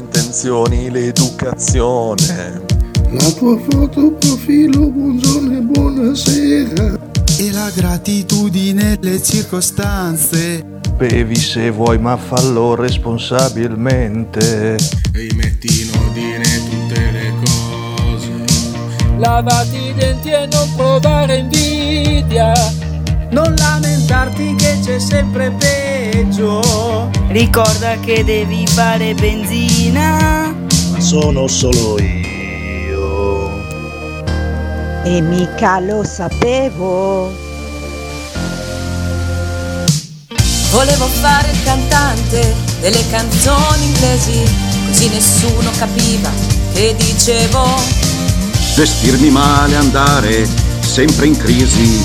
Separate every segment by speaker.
Speaker 1: istituzioni, l'educazione.
Speaker 2: La tua foto profilo, buongiorno e buonasera.
Speaker 3: E la gratitudine, le circostanze.
Speaker 4: Bevi se vuoi ma fallo responsabilmente.
Speaker 5: Rimetti in ordine tutte le cose.
Speaker 6: Lavati i denti e non provare invidia.
Speaker 7: Non lamentarti che c'è sempre peggio.
Speaker 8: Ricorda che devi fare benzina.
Speaker 9: Ma sono solo io.
Speaker 10: E mica lo sapevo.
Speaker 11: Volevo fare il cantante delle canzoni inglesi, così nessuno capiva che dicevo.
Speaker 12: Vestirmi male, andare sempre in crisi,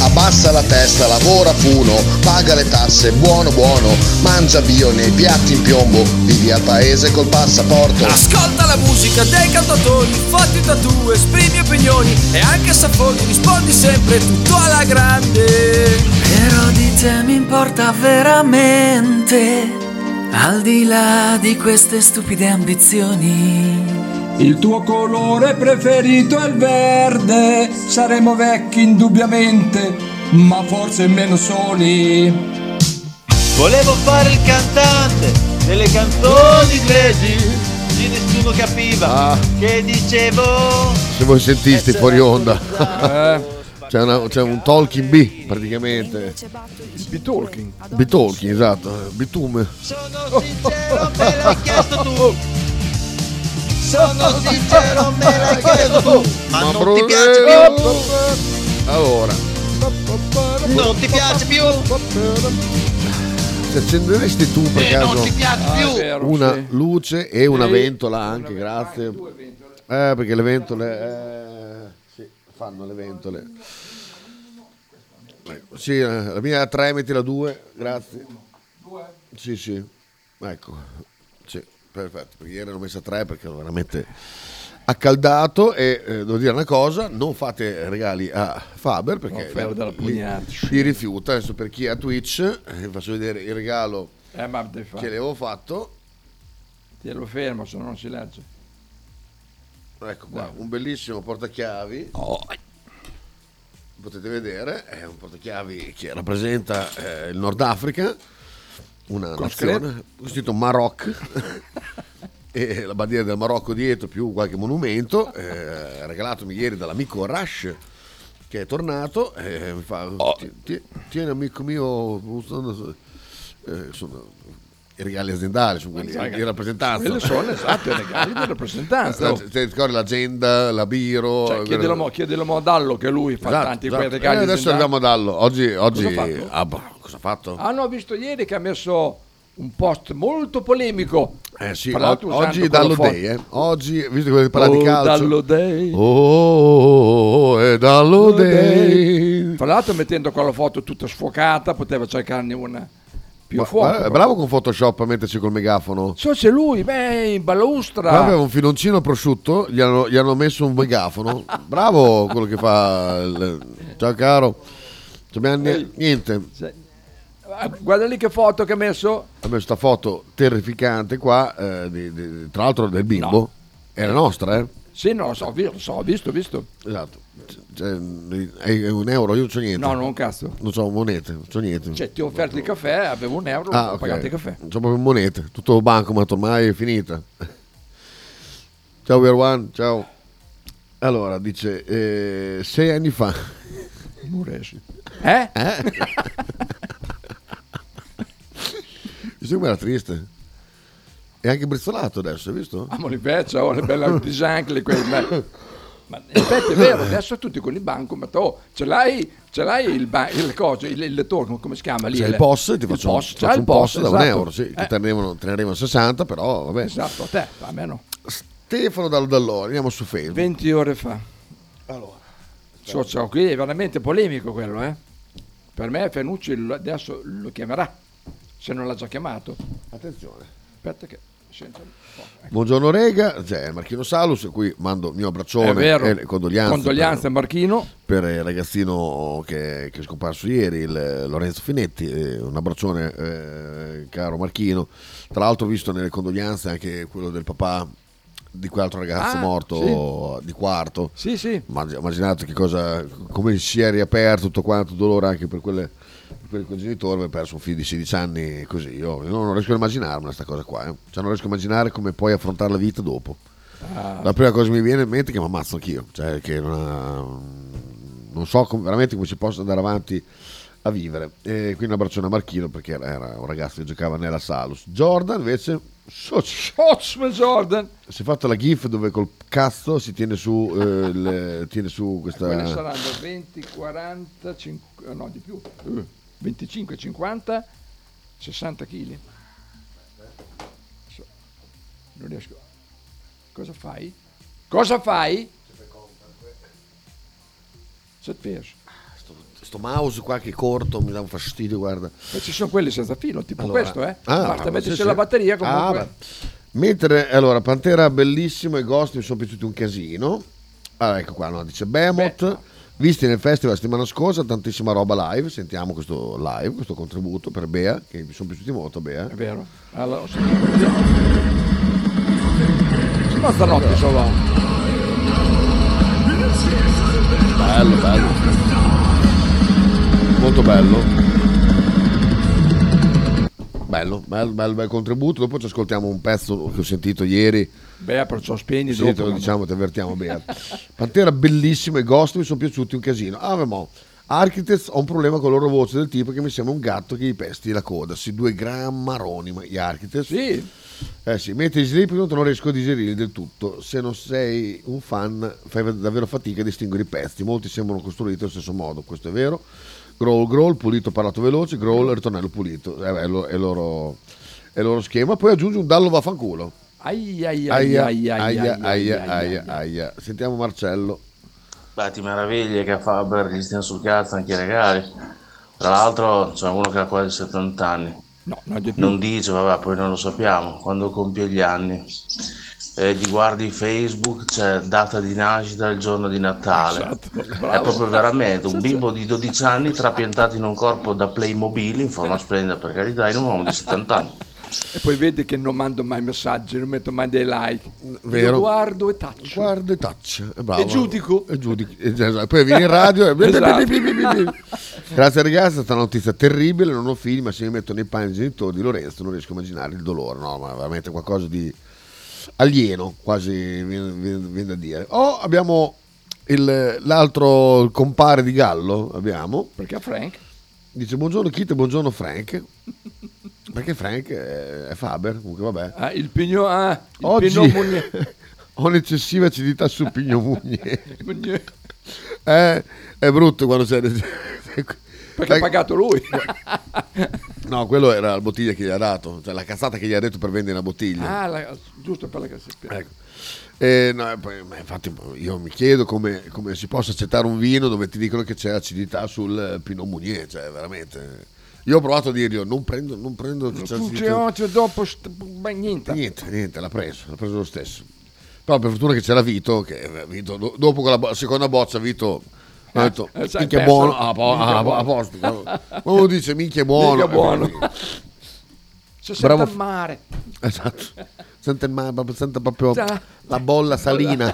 Speaker 8: Abbassa la testa, lavora funo, paga le tasse, buono buono, mangia bio nei piatti in piombo, vivi al paese col passaporto.
Speaker 10: Ascolta la musica dei cantatori, fatti da due, esprimi opinioni e anche se affoghi rispondi sempre tutto alla grande.
Speaker 13: Però di te mi importa veramente, al di là di queste stupide ambizioni.
Speaker 14: Il tuo colore preferito è il verde, saremo vecchi indubbiamente, ma forse meno soli.
Speaker 15: Volevo fare il cantante delle canzoni inglesi, di nessuno capiva ah. che dicevo.
Speaker 16: Se voi sentiste fuori onda. Eh? c'è, una, c'è, un talking B praticamente.
Speaker 17: B-talking.
Speaker 16: B-talking, esatto. Bitume.
Speaker 4: Sono sincero, me l'hai chiesto tu sono sincero me l'hai chiesto tu ma, ma non Brunello. ti piace più
Speaker 16: allora
Speaker 4: non ti piace più
Speaker 16: ti accenderesti tu per
Speaker 4: eh,
Speaker 16: caso
Speaker 4: non ti piace più ah,
Speaker 16: vero, una sì. luce e una sì. ventola anche grazie eh, perché le ventole eh, sì, fanno le ventole Ecco, sì eh, la mia 3 metti la 2 grazie sì sì ecco perfetto, perché ieri ero messa tre perché ero veramente accaldato e eh, devo dire una cosa, non fate regali a Faber perché
Speaker 17: no, li,
Speaker 16: li, rifiuta, adesso per chi è a Twitch vi eh, faccio vedere il regalo
Speaker 17: eh,
Speaker 16: che le avevo fatto.
Speaker 17: Te lo fermo se non si legge.
Speaker 16: Ecco qua, Dai. un bellissimo portachiavi. Oh. Potete vedere, è un portachiavi che rappresenta eh, il Nord Africa una Coscret. nazione, costituito Maroc e la bandiera del Marocco dietro più qualche monumento, eh, regalatomi ieri dall'amico Rush che è tornato e eh, mi fa oh. tieni amico mio sono, eh, sono i regali aziendali sono quelli di rappresentanza
Speaker 17: quelli sono esatto i regali di rappresentanza oh.
Speaker 16: ti ricordi l'agenda la biro
Speaker 17: cioè, chiedelo, mo, chiedelo mo a Dallo che lui fa esatto, tanti esatto. regali
Speaker 16: eh, adesso andiamo a Dallo oggi, oggi boh, cosa ha fatto?
Speaker 17: Ah no, ho visto ieri che ha messo un post molto polemico.
Speaker 16: Eh sì, o- oggi dallo fo- day, eh. Oggi, visto che parla
Speaker 17: oh,
Speaker 16: di calcio.
Speaker 17: Dallo day.
Speaker 16: Oh, oh, oh è dallo day. day.
Speaker 17: Tra l'altro mettendo quella foto tutta sfocata, poteva cercarne una più fuoco.
Speaker 16: Guarda, eh, Bravo con Photoshop a metterci col megafono.
Speaker 17: So c'è lui, beh, in balaustra.
Speaker 16: Qua aveva un filoncino prosciutto, gli hanno, gli hanno messo un megafono. Bravo quello che fa. il- Ciao caro. Ci abbiamo ne- niente.
Speaker 17: Ah, Guarda lì che foto che ha messo.
Speaker 16: Ha messo sta foto terrificante qua, eh, di- di- tra l'altro del bimbo. Era nostra, eh?
Speaker 17: Sì, no, lo so, vi- lo so, ho visto, ho visto.
Speaker 16: Esatto. Cioè, è è un euro, io non c'ho niente.
Speaker 17: No, non un cazzo.
Speaker 16: Non c'ho monete, non c'ho niente.
Speaker 17: Cioè, ti ho offerto il caffè, avevo un euro, ho
Speaker 16: Ah,
Speaker 17: pagato
Speaker 16: ok.
Speaker 17: il caffè.
Speaker 16: C'ho proprio monete, tutto bancomat ormai è finita. Ciao We Are One, ciao. Allora, dice, eh, sei anni fa.
Speaker 17: Muresi. Eh?
Speaker 16: Eh? Mi sembra triste. È anche brizzolato adesso, hai visto?
Speaker 17: Ah, ma li vecchia, ho le belle disancle quelle. belle. Ma in effetti è vero, adesso tutti con il banco, ma oh, ce l'hai, ce l'hai il, ba- il coso, il, il lettore, come si chiama lì?
Speaker 16: C'è Cioè, il POS, ti
Speaker 17: il
Speaker 16: faccio,
Speaker 17: POS,
Speaker 16: ti
Speaker 17: c'è
Speaker 16: faccio
Speaker 17: il
Speaker 18: un
Speaker 17: POS,
Speaker 16: da un
Speaker 17: esatto.
Speaker 16: euro, sì, che
Speaker 17: Eh,
Speaker 16: te ne arrivano- te ne arrivano 60, però vabbè.
Speaker 17: esatto, a te, a me no.
Speaker 16: Stefano Dall'Allora, andiamo su Facebook.
Speaker 17: 20 ore fa. So, so, qui è veramente polemico quello, eh. Per me Fenucci lo- adesso lo chiamerà, se non l'ha già chiamato.
Speaker 16: Attenzione.
Speaker 17: Aspetta che sento un po'.
Speaker 16: Buongiorno Rega, c'è Marchino Salus, qui mando il mio
Speaker 17: È
Speaker 16: abbraccione
Speaker 17: vero.
Speaker 16: e le eh, condoglianze,
Speaker 17: Condoglianze a Marchino.
Speaker 16: per, per il ragazzino che, che è scomparso ieri, il Lorenzo Finetti, eh, un abbraccione eh, caro Marchino. Tra l'altro ho visto nelle condoglianze anche quello del papà di quell'altro ragazzo
Speaker 17: Ah,
Speaker 16: morto di quarto.
Speaker 17: Sì, sì.
Speaker 16: Ma immaginate che cosa, come si è riaperto tutto quanto, dolore anche per quelle per quel genitore mi ha perso un figlio di 16 anni così io non non riesco a immaginarmela questa cosa qua eh. Cioè, non riesco a immaginare come puoi affrontare la vita dopo
Speaker 17: Ah.
Speaker 16: la prima cosa che mi viene in mente è che mi ammazzo anch'io cioè che non, ha- non so come- veramente come si possa andare avanti a vivere e quindi un abbraccione a Marchino perché era, era un ragazzo che giocava nella Salus Jordan invece so-
Speaker 17: Otsman Jordan.
Speaker 16: si è fatta la gif dove col cazzo si tiene su, eh, il- tiene su
Speaker 17: Quelle
Speaker 16: questa
Speaker 17: saranno 20, 40, 5, no di più, Eh, 25, 50, 60 kg. So, Non riesco. Cosa fai? Cosa fai? C'è peso.
Speaker 16: sto mouse qua che è corto mi dà un fastidio guarda
Speaker 17: E ci sono quelli senza filo, tipo
Speaker 16: Allora.
Speaker 17: questo, eh?
Speaker 16: Ah,
Speaker 17: Basta
Speaker 16: ma
Speaker 17: metterci
Speaker 16: sì, sì.
Speaker 17: la batteria comunque.
Speaker 16: Ah, beh. Mentre allora, Pantera bellissimo e Ghost mi sono piaciuti un casino. Allora, ecco qua, no, dice Behemoth. Visti nel festival la settimana scorsa, tantissima roba live. Sentiamo questo live, questo contributo per Bea, che mi sono piaciuti molto. Bea.
Speaker 17: È vero. Allora, ho sentito così. No, stanotte solo.
Speaker 16: Bello, bello. Molto bello. Bello, bello, bello, bel contributo. Dopo ci ascoltiamo un pezzo che ho sentito ieri.
Speaker 17: Beh, perciò spegni
Speaker 16: Sì,
Speaker 17: dopo,
Speaker 16: te lo
Speaker 17: mamma.
Speaker 16: diciamo, ti avvertiamo bene. Pantera bellissimo e Ghost mi sono piaciuti un casino. Ah, ma mo, Architects ho un problema con la loro voce del tipo che mi sembra un gatto che gli pesti la coda. Sì, due gran maroni, ma gli Architects.
Speaker 17: Sì.
Speaker 16: Eh sì, mentre i Sleep non te lo riesco a digerire del tutto. Se non sei un fan fai davvero fatica a distinguere i pezzi. Molti sembrano costruiti allo stesso modo, questo è vero. Growl, growl, pulito, parlato veloce, growl, ritornello pulito. Eh, beh, è, lo- è loro, è il loro schema. Poi aggiunge un dallo vaffanculo.
Speaker 17: Ai ai ai
Speaker 16: Aia,
Speaker 17: ai
Speaker 16: aia,
Speaker 17: ai ai, ai,
Speaker 16: aia,
Speaker 17: ai,
Speaker 16: aia, aia. Sentiamo Marcello.
Speaker 9: Beh, ti meraviglia che a Faber gli stiano sul cazzo anche i regali. Tra l'altro c'è uno che ha quasi 70 anni.
Speaker 17: no, di più.
Speaker 9: non dice, vabbè, poi non lo sappiamo, quando compie gli anni. E gli guardi Facebook, c'è data di nascita e il giorno di Natale. È proprio veramente un bimbo di 12 anni trapiantato in un corpo da Playmobil in forma splendida, per carità, in un uomo di 70 anni.
Speaker 17: E poi vedi che non mando mai messaggi, non metto mai dei like.
Speaker 16: Vero.
Speaker 17: Io guardo e taccio.
Speaker 16: Guardo e taccio. Eh, bravo.
Speaker 17: E giudico.
Speaker 16: E giudico. Eh, esatto. Poi vieni in radio e...
Speaker 17: Esatto.
Speaker 16: Grazie ragazzi, è stata una notizia terribile, non ho figli, ma se mi metto nei panni dei genitori di Lorenzo non riesco a immaginare il dolore, no, ma veramente qualcosa di alieno, quasi viene, viene- viene da dire. Oh, abbiamo il- l'altro il compare di Gallo, abbiamo.
Speaker 17: Perché a Frank?
Speaker 16: Dice buongiorno Kit e buongiorno Frank. Perché Frank è, è Faber, comunque vabbè.
Speaker 17: Ah, il pigno ah, il
Speaker 16: Oggi
Speaker 17: pigno Mugnier.
Speaker 16: ho un'eccessiva acidità sul pigno Mugnier.
Speaker 17: Mugnier.
Speaker 16: Eh, è brutto quando sei...
Speaker 17: Perché ha
Speaker 16: Ecco.
Speaker 17: pagato lui.
Speaker 16: No, quello era la bottiglia che gli ha dato, cioè la cazzata che gli ha detto per vendere la bottiglia.
Speaker 17: Ah, la- giusto per la cassazione.
Speaker 16: Ecco. Eh, no, e poi- ma infatti boh, io mi chiedo come, come si possa accettare un vino dove ti dicono che c'è acidità sul eh, Pinot Meunier, cioè veramente Io ho provato a dirgli, non prendo, non prendo il certificato.
Speaker 17: Fuggiocio cioè, dopo st- ma niente.
Speaker 16: Niente, niente, l'ha preso, l'ha preso lo stesso. Però per fortuna che c'era Vito, che eh, Vito, do- dopo con la bo- seconda bozza Vito ha detto, eh, sai, minchia è perso. buono, ah, po-
Speaker 17: Minchia
Speaker 16: ah,
Speaker 17: è buono."
Speaker 16: a posto. Ma uno dice, minchia è buono. Eh,
Speaker 17: Minchia è buono. Se sente
Speaker 16: Bravo.
Speaker 17: al mare.
Speaker 16: Esatto. Sente, il ma- proprio- sente proprio
Speaker 17: Già.
Speaker 16: la bolla salina.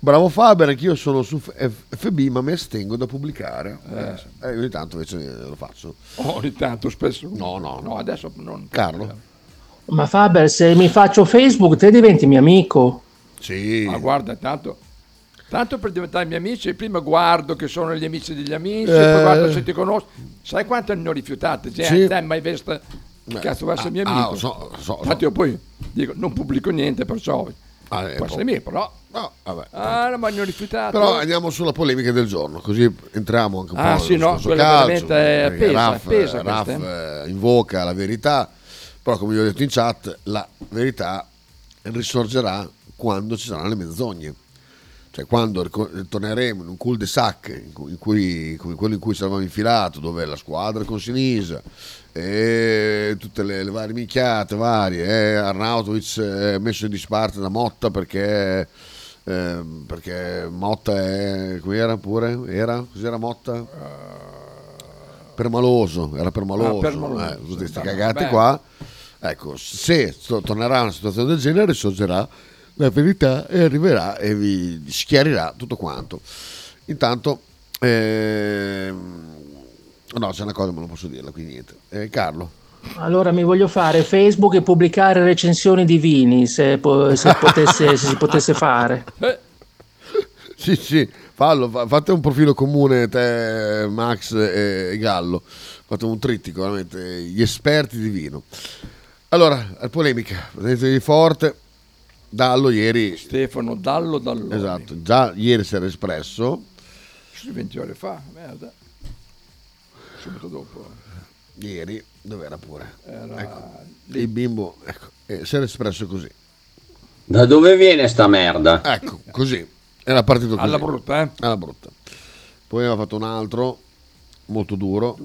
Speaker 16: Bravo Faber, anch'io sono su F- F- FB ma mi astengo da pubblicare. Eh, ogni tanto invece lo faccio.
Speaker 17: ogni tanto spesso.
Speaker 16: No, no, no.
Speaker 17: No, adesso non...
Speaker 16: Carlo?
Speaker 6: Ma Faber, se mi faccio Facebook, te diventi mio amico.
Speaker 16: Sì.
Speaker 17: Ma guarda, tanto... Tanto per diventare miei amici, prima guardo che sono gli amici degli amici,
Speaker 16: Eh.
Speaker 17: poi guardo se ti conosco. Sai quante ne ho rifiutate? Gente,
Speaker 16: Sì.
Speaker 17: dai, mai vista che cazzo vuoi essere mio
Speaker 16: Ah,
Speaker 17: amico?
Speaker 16: ah, so- so- so.
Speaker 17: Infatti io poi dico, non pubblico niente, perciò
Speaker 16: Ah, eh,
Speaker 17: può essere
Speaker 16: po-
Speaker 17: mio, però...
Speaker 16: No, vabbè.
Speaker 17: Ah, no, ma ne ho rifiutato.
Speaker 16: Però andiamo sulla polemica del giorno, così entriamo anche un po'
Speaker 17: Ah, sì,
Speaker 16: nel
Speaker 17: no,
Speaker 16: discorso
Speaker 17: quella
Speaker 16: calcio,
Speaker 17: veramente, eh,
Speaker 16: perché
Speaker 17: pesa,
Speaker 16: Raff,
Speaker 17: pesa
Speaker 16: eh, Raff,
Speaker 17: questa,
Speaker 16: eh, invoca la verità, però come vi ho detto in chat, la verità risorgerà quando ci saranno le menzogne. Cioè quando rico- torneremo in un cul-de-sac in cui, in cui- come quello in cui ci eravamo infilato, dove la squadra con Sinisa e tutte le, le varie minchiate varie, eh, Arnautovic eh, messo in disparte da Motta perché Ehm, perché Motta è qui era pure era cos'era Motta permaloso era permaloso,
Speaker 17: Ah, permaloso.
Speaker 16: eh, tutte queste
Speaker 17: Sì,
Speaker 16: cagate
Speaker 17: vabbè.
Speaker 16: qua ecco se to- tornerà una situazione del genere sorgerà la verità e arriverà e vi schiarirà tutto quanto intanto ehm, no c'è una cosa ma non posso dirla quindi niente Eh, Carlo
Speaker 6: Allora mi voglio fare Facebook e pubblicare recensioni di vini, se, po- se potesse- se si potesse fare.
Speaker 16: Sì, sì, fallo, fa- fate un profilo comune te, Max e e Gallo, fate un trittico, veramente, gli esperti di vino. Allora, la polemica, presentevi forte, Dallo ieri...
Speaker 17: Stefano Dallo Dallo.
Speaker 16: Esatto, già ieri si era espresso,
Speaker 17: 20 ore fa, merda. Subito dopo.
Speaker 16: ieri, dov'era pure?
Speaker 17: Era
Speaker 16: Ecco, il bimbo, ecco, eh, si era espresso così,
Speaker 12: Da dove viene sta merda?
Speaker 16: ecco, così, era partito così.
Speaker 12: Alla
Speaker 16: brutta, eh? Alla brutta. Poi aveva fatto un altro, molto duro.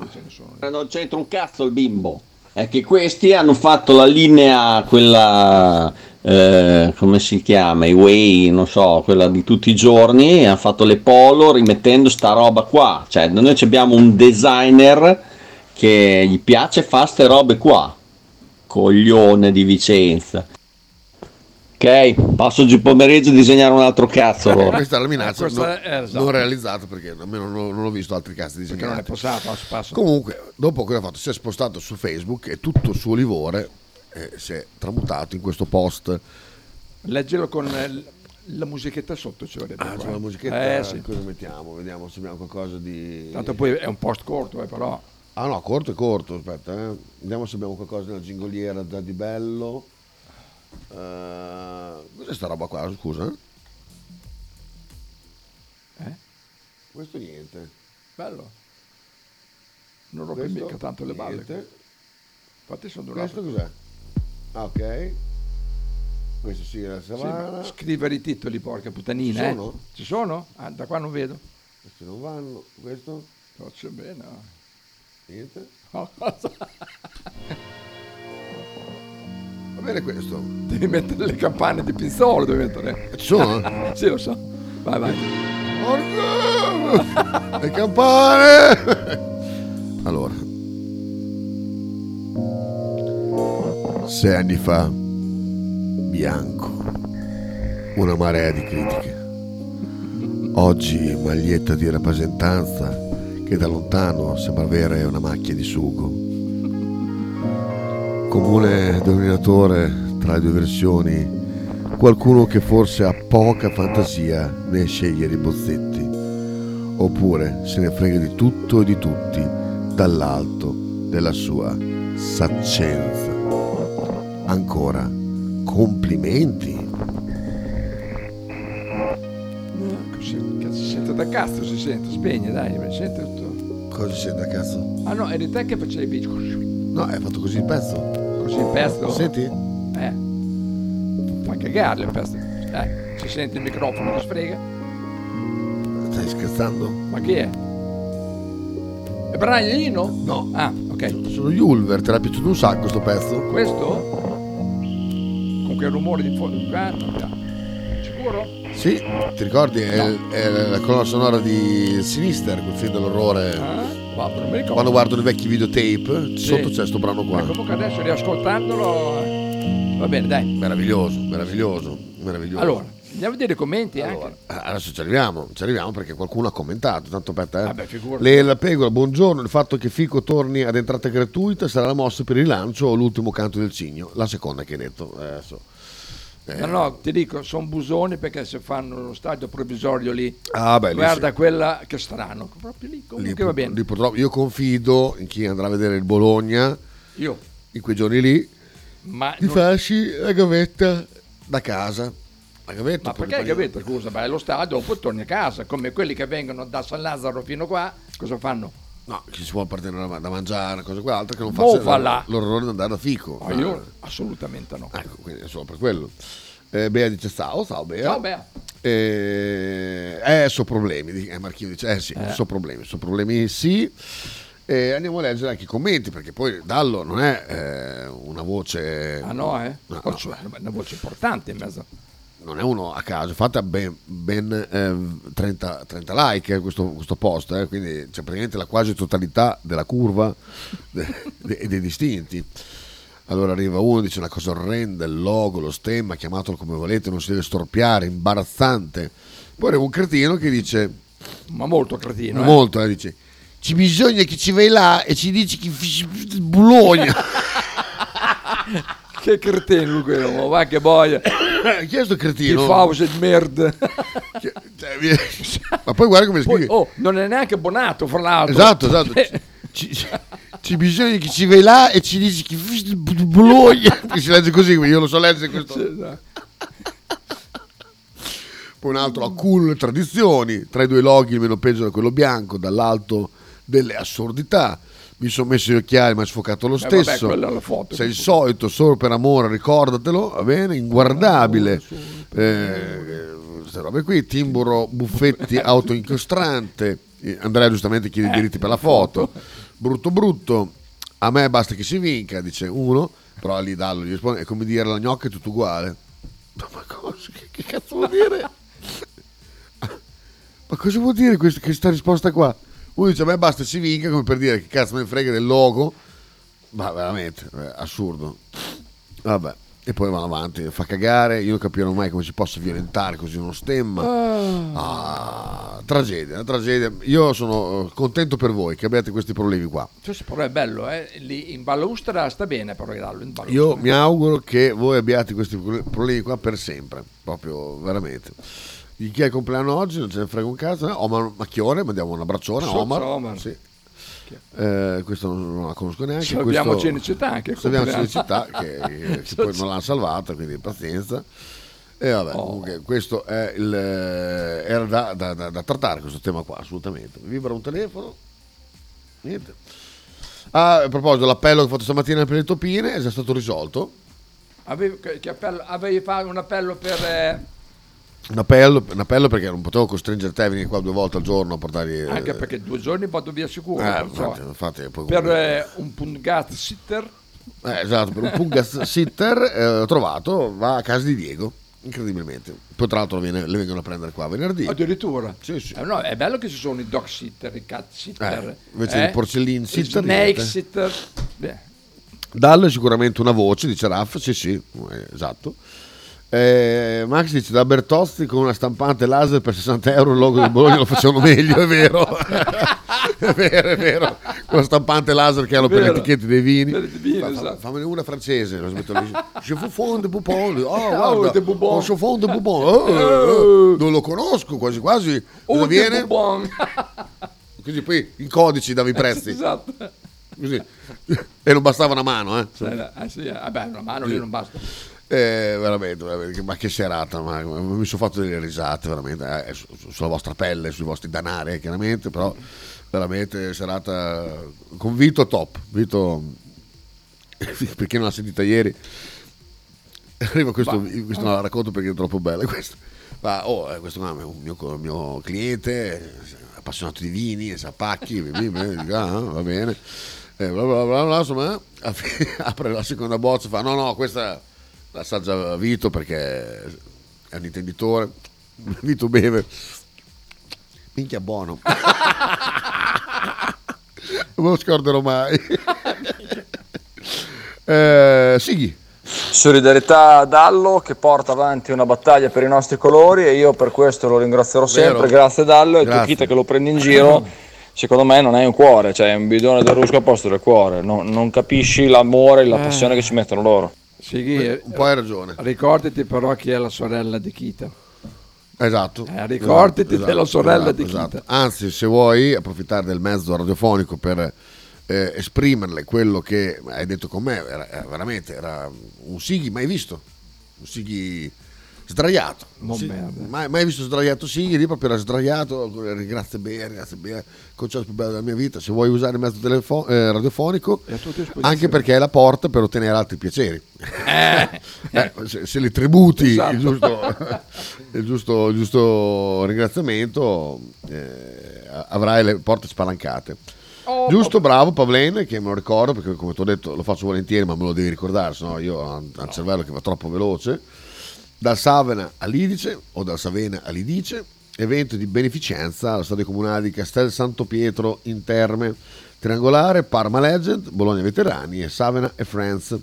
Speaker 12: Non c'entra un cazzo il bimbo. È che questi hanno fatto la linea, quella eh, come si chiama, i way, non so, quella di tutti i giorni, e hanno fatto le polo rimettendo sta roba qua. Cioè, noi ci abbiamo un designer che gli piace fare ste robe qua. Coglione di Vicenza. Ok, passo oggi pomeriggio a disegnare un altro cazzo allora.
Speaker 16: Eh, Questa è la minaccia
Speaker 17: Questa
Speaker 16: non-
Speaker 17: è- esatto.
Speaker 16: non realizzata perché almeno non, non ho visto altri casi disegnati.
Speaker 17: non è passato, ah, si passa.
Speaker 16: Comunque, dopo quello che ha fatto, si è spostato su Facebook e tutto il suo livore eh, si è tramutato in questo post.
Speaker 17: Leggilo con eh, l- la musichetta sotto, ci vorrebbe.
Speaker 16: Ah,
Speaker 17: qua.
Speaker 16: c'è la musichetta,
Speaker 17: Eh, sì.
Speaker 16: cosa mettiamo? Vediamo se abbiamo qualcosa di...
Speaker 17: Tanto poi è un post corto, eh, però.
Speaker 16: Ah no, corto è corto, aspetta. eh. Vediamo se abbiamo qualcosa nella gingoliera da di bello. Eh, cos'è sta roba qua, scusa?
Speaker 17: Eh?
Speaker 16: Questo niente.
Speaker 17: Bello. Non rompe
Speaker 16: Questo?
Speaker 17: mica tanto le balle.
Speaker 16: Niente.
Speaker 17: Infatti sono durato.
Speaker 16: Questo cos'è? Ah, ok. Questo sì, è la
Speaker 17: Sì, ma
Speaker 16: savana.
Speaker 17: scrivere i titoli, porca puttanina.
Speaker 16: Ci
Speaker 17: eh.
Speaker 16: sono?
Speaker 17: Ci sono? Ah, da qua non vedo.
Speaker 16: Questi non vanno. Questo?
Speaker 17: Faccio bene. Oh, ah.
Speaker 16: Niente.
Speaker 17: Va
Speaker 16: bene questo.
Speaker 17: Devi mettere le campane di pinzolo, devi mettere.
Speaker 16: Ci sono? eh?
Speaker 17: sì, lo so. Vai, vai.
Speaker 16: Le campane! Allora. Sei anni fa, bianco, una marea di critiche. Oggi maglietta di rappresentanza che da lontano sembra avere una macchia di sugo. Comune denominatore tra le due versioni, qualcuno che forse ha poca fantasia nel scegliere i bozzetti, oppure se ne frega di tutto e di tutti dall'alto della sua saccenza. Ancora, complimenti.
Speaker 17: Così, cazzo, Ecco, si sente da cazzo, si sente, spegne, dai, ma si sente tutto.
Speaker 16: Cosa c'è da cazzo?
Speaker 17: Ah no, eri te che facevi così
Speaker 16: No, hai fatto così il pezzo. Così
Speaker 17: il pezzo?
Speaker 16: Senti?
Speaker 17: Eh. Fa cagare il pezzo. Dai, si sente il microfono che sfrega.
Speaker 16: Stai scherzando?
Speaker 17: Ma chi è? E Braino?
Speaker 16: No.
Speaker 17: Ah, ok.
Speaker 16: Sono Julver, te l'ha piaciuto un sacco sto pezzo.
Speaker 17: Questo? Con quel rumore di fondo qua? Sicuro?
Speaker 16: Sì, ti ricordi? È, è la colonna sonora di Sinister, quel film dell'orrore.
Speaker 17: Boh, non mi ricordo.
Speaker 16: Quando guardo i vecchi videotape,
Speaker 17: Sì.
Speaker 16: sotto c'è sto brano qua.
Speaker 17: Eh, comunque adesso riascoltandolo... eh, Va bene, dai.
Speaker 16: Meraviglioso, meraviglioso, meraviglioso.
Speaker 17: Allora, andiamo a vedere i commenti eh. anche.
Speaker 16: Ah, Adesso ci arriviamo, ci arriviamo perché qualcuno ha commentato. Tanto aspetta, eh.
Speaker 17: Vabbè, figurati.
Speaker 16: Le La Pecora, buongiorno. Il fatto che Fico torni ad entrata gratuita sarà la mossa per il lancio o l'ultimo canto del cigno? La seconda che hai detto. eh, adesso. Eh,
Speaker 17: Ma no, ti dico, sono busoni perché se fanno lo stadio provvisorio lì,
Speaker 16: Ah, beh, lì
Speaker 17: guarda
Speaker 16: sì.
Speaker 17: quella che strano, proprio lì,
Speaker 16: lì
Speaker 17: comunque
Speaker 16: pur-
Speaker 17: va bene.
Speaker 16: lì purtroppo- io confido in chi andrà a vedere il Bologna
Speaker 17: Io,
Speaker 16: in quei giorni lì.
Speaker 17: ma,
Speaker 16: Ti
Speaker 17: Eh, non-
Speaker 16: fasci la gavetta da casa. La gavetta
Speaker 17: ma
Speaker 16: poi
Speaker 17: perché
Speaker 16: ritorni-
Speaker 17: capito? Scusa, vai allo stadio, poi torni a casa, come quelli che vengono da San Lazzaro fino qua, cosa fanno?
Speaker 16: No, ci si può partire da da mangiare, una cosa o quell'altra, che non
Speaker 17: Mo
Speaker 16: faccia
Speaker 17: va là.
Speaker 16: l'orrore di andare da fico.
Speaker 17: Ma Ah, io assolutamente no.
Speaker 16: Ecco, quindi è solo per quello. Eh, Bea dice ciao, ciao Bea.
Speaker 17: Ciao, Bea.
Speaker 16: Eh, eh, so problemi, di- eh, Marchino dice, eh sì, so problemi, so problemi sì. Eh, andiamo a leggere anche i commenti, perché poi Dallo non è eh, una voce...
Speaker 17: Ah no, eh?
Speaker 16: ecco. No,
Speaker 17: Oh,
Speaker 16: no,
Speaker 17: cioè, una voce importante in mezzo.
Speaker 16: non è uno a caso, infatti ha ben, ben, eh, 30, 30 like eh, questo, questo post, eh, quindi c'è praticamente la quasi totalità della curva de- de- e dei distinti. Allora arriva uno, dice una cosa orrenda, il logo, lo stemma, chiamatelo come volete, non si deve storpiare, imbarazzante. Poi arriva un cretino che dice,
Speaker 17: Ma molto cretino. eh.
Speaker 16: molto, eh, dice, ci bisogna che ci vai là e ci dici che f- Bologna.
Speaker 17: Che cretino lui quello, ma va che boia.
Speaker 16: Chi è sto cretino? Cioè,
Speaker 17: Che fause di merda.
Speaker 16: Ma poi guarda come scrive.
Speaker 17: oh, non è neanche abbonato, fra l'altro.
Speaker 16: Esatto, esatto.
Speaker 17: Eh,
Speaker 16: Ci, ci- ci bisogna che ci vai là e ci dici che f- b- Bologna. Che si legge così, io lo so leggere questo.
Speaker 17: esatto.
Speaker 16: Poi un altro, a cool tradizioni, tra i due loghi il meno peggio era quello bianco, dall'alto delle assurdità. Mi sono messo gli occhiali, ma è sfocato lo
Speaker 17: Eh, vabbè,
Speaker 16: stesso.
Speaker 17: quella è la foto.
Speaker 16: Sei il solito, solo per amore, ricordatelo, va bene? Inguardabile. Eh, queste robe qui, timbro, buffetti, autoincostrante. Eh, Andrea giustamente chiede i diritti per la foto. Brutto brutto. A me basta che si vinca, dice uno, però lì Dallo gli risponde, è come dire la gnocca è tutto uguale. Ma cosa? Che, che cazzo vuol dire? Ma cosa vuol dire questa, questa risposta qua? Uno dice a me basta si vinca come per dire che cazzo me ne frega del logo. Ma veramente, eh, assurdo. Vabbè, e poi vanno avanti, fa cagare, io non capirò mai come si possa violentare così uno stemma. Ah, tragedia, una tragedia. Io sono eh, contento per voi che abbiate questi problemi qua.
Speaker 17: cioè, però è bello, eh. Lì in ballustra sta bene, però Gallo, in ballustra.
Speaker 16: Io mi auguro che voi abbiate questi pro- problemi qua per sempre, proprio veramente. Di chi è il compleanno oggi non ce ne frega un cazzo. eh? Omar Macchione, mandiamo un abbraccione. a
Speaker 17: Sozzo
Speaker 16: Omar.
Speaker 17: Omar.
Speaker 16: Sì. Eh, questo non, non la conosco neanche.
Speaker 17: Salviamo
Speaker 16: questo-
Speaker 17: Cinecittà anche, il
Speaker 16: Salviamo
Speaker 17: compleanno.
Speaker 16: Cinecittà che, che- che poi non l'hanno salvata, quindi pazienza. E vabbè, comunque questo è il, eh, era da, da- da- da trattare questo tema qua, assolutamente. Vibra un telefono. Niente. Ah, a proposito, l'appello che ho fatto stamattina per le topine è già stato risolto.
Speaker 17: Avevi, che- che appello- avevi fatto un appello per... eh,
Speaker 16: Un appello, un appello perché non potevo costringere te a venire qua due volte al giorno a portargli... eh,
Speaker 17: Anche perché due giorni vado via sicuro.
Speaker 16: eh,
Speaker 17: non so.
Speaker 16: infatti, infatti, poi
Speaker 17: per
Speaker 16: comunque-
Speaker 17: eh, un pungat sitter.
Speaker 16: Eh, esatto, per un Pungas sitter eh, ho trovato, va a casa di Diego, incredibilmente. Poi tra l'altro viene- le vengono a prendere qua venerdì.
Speaker 17: Addirittura.
Speaker 16: Sì, sì.
Speaker 17: Eh, no, è bello che ci sono i dog sitter, i cat sitter.
Speaker 16: Eh, invece il porcellin
Speaker 17: i
Speaker 16: sitter,
Speaker 17: Snake
Speaker 16: niente.
Speaker 17: sitter. Beh,
Speaker 16: Dallo è sicuramente una voce, dice Raff, sì sì, eh, esatto. Eh, Max dice da Bertozzi con una stampante laser per 60 euro il logo del Bologna lo facevano meglio, è vero. è vero, è vero. Con la stampante laser che hanno per le Vero. etichette dei vini. Fa- fa- esatto. Fammene una francese. lo smetto lì. Je vous fond de Bourbon. Oh, Oh, de guarda. Bourbon. Oh, je fond de Bourbon. Oh, eh, eh, non lo conosco quasi quasi.
Speaker 17: Oh,
Speaker 16: Dove
Speaker 17: de
Speaker 16: viene?
Speaker 17: Bourbon.
Speaker 16: Così poi in codici davi i prezzi.
Speaker 17: esatto.
Speaker 16: Così. E non bastava una mano, eh.
Speaker 17: Ah, sì, eh, vabbè, una mano lì non basta.
Speaker 16: Eh, veramente, veramente, ma che serata, ma, ma mi sono fatto delle risate veramente, eh, su- su- sulla vostra pelle, sui vostri danari eh, chiaramente, però veramente serata con Vito top, Vito per chi non l'ha sentita ieri Arriva questo,
Speaker 17: Va.
Speaker 16: questo non la racconto perché è troppo bella questa. Ma oh, eh, questo qua è un mio, un mio cliente, eh, appassionato di vini, e sapacchi, beh, beh, dico, ah, va bene. Eh, bla bla bla bla, insomma, a fine- apre la seconda bozza, fa no no, questa la sa già Vito perché è un intenditore, Vito beve, minchia buono. non me lo scorderò mai. eh, Sighi.
Speaker 15: Solidarietà a Dallo che porta avanti una battaglia per i nostri colori e io per questo lo ringrazierò sempre.
Speaker 16: Vero.
Speaker 15: Grazie Dallo e
Speaker 16: Grazie.
Speaker 15: Tuchita che lo prende in
Speaker 17: oh.
Speaker 15: giro. Secondo me non hai un cuore, cioè è un bidone da rusco a posto del cuore. Non- non capisci l'amore e la
Speaker 17: Eh.
Speaker 15: passione che ci mettono loro.
Speaker 17: Sighi,
Speaker 16: Eh, un po' hai ragione.
Speaker 17: Ricordati però chi è la sorella di Kita.
Speaker 16: Esatto.
Speaker 17: Eh, ricordati
Speaker 16: Esatto,
Speaker 17: della sorella
Speaker 16: esatto,
Speaker 17: di Kita.
Speaker 16: esatto. Anzi, se vuoi approfittare del mezzo radiofonico per eh, esprimerle quello che hai detto con me, era, era veramente era un Sighi mai visto, un Sighi sdraiato.
Speaker 17: Mon
Speaker 16: Sì,
Speaker 17: merda.
Speaker 16: mai, mai visto sdraiato Sighi, lì proprio era sdraiato, ringrazio bene, grazie bene, il concerto più bello della mia vita. Se vuoi usare il mezzo telefo- eh, radiofonico,
Speaker 17: È a tua disposizione.
Speaker 16: anche perché è la porta per ottenere altri piaceri. Eh, se, se li tributi
Speaker 17: Esatto.
Speaker 16: il, giusto, il giusto- il giusto ringraziamento, eh, avrai le porte spalancate. giusto, bravo Pavlen, che me lo ricordo perché, come ti ho detto, lo faccio volentieri, ma me lo devi ricordare, sennò io ho un, ho un cervello che va troppo veloce. Dal Savena all'Idice o dal Savena all'Idice, evento di beneficenza allo stadio comunale di Castel Santo Pietro in Terme, Triangolare, Parma Legend, Bologna Veterani e Savena e Friends.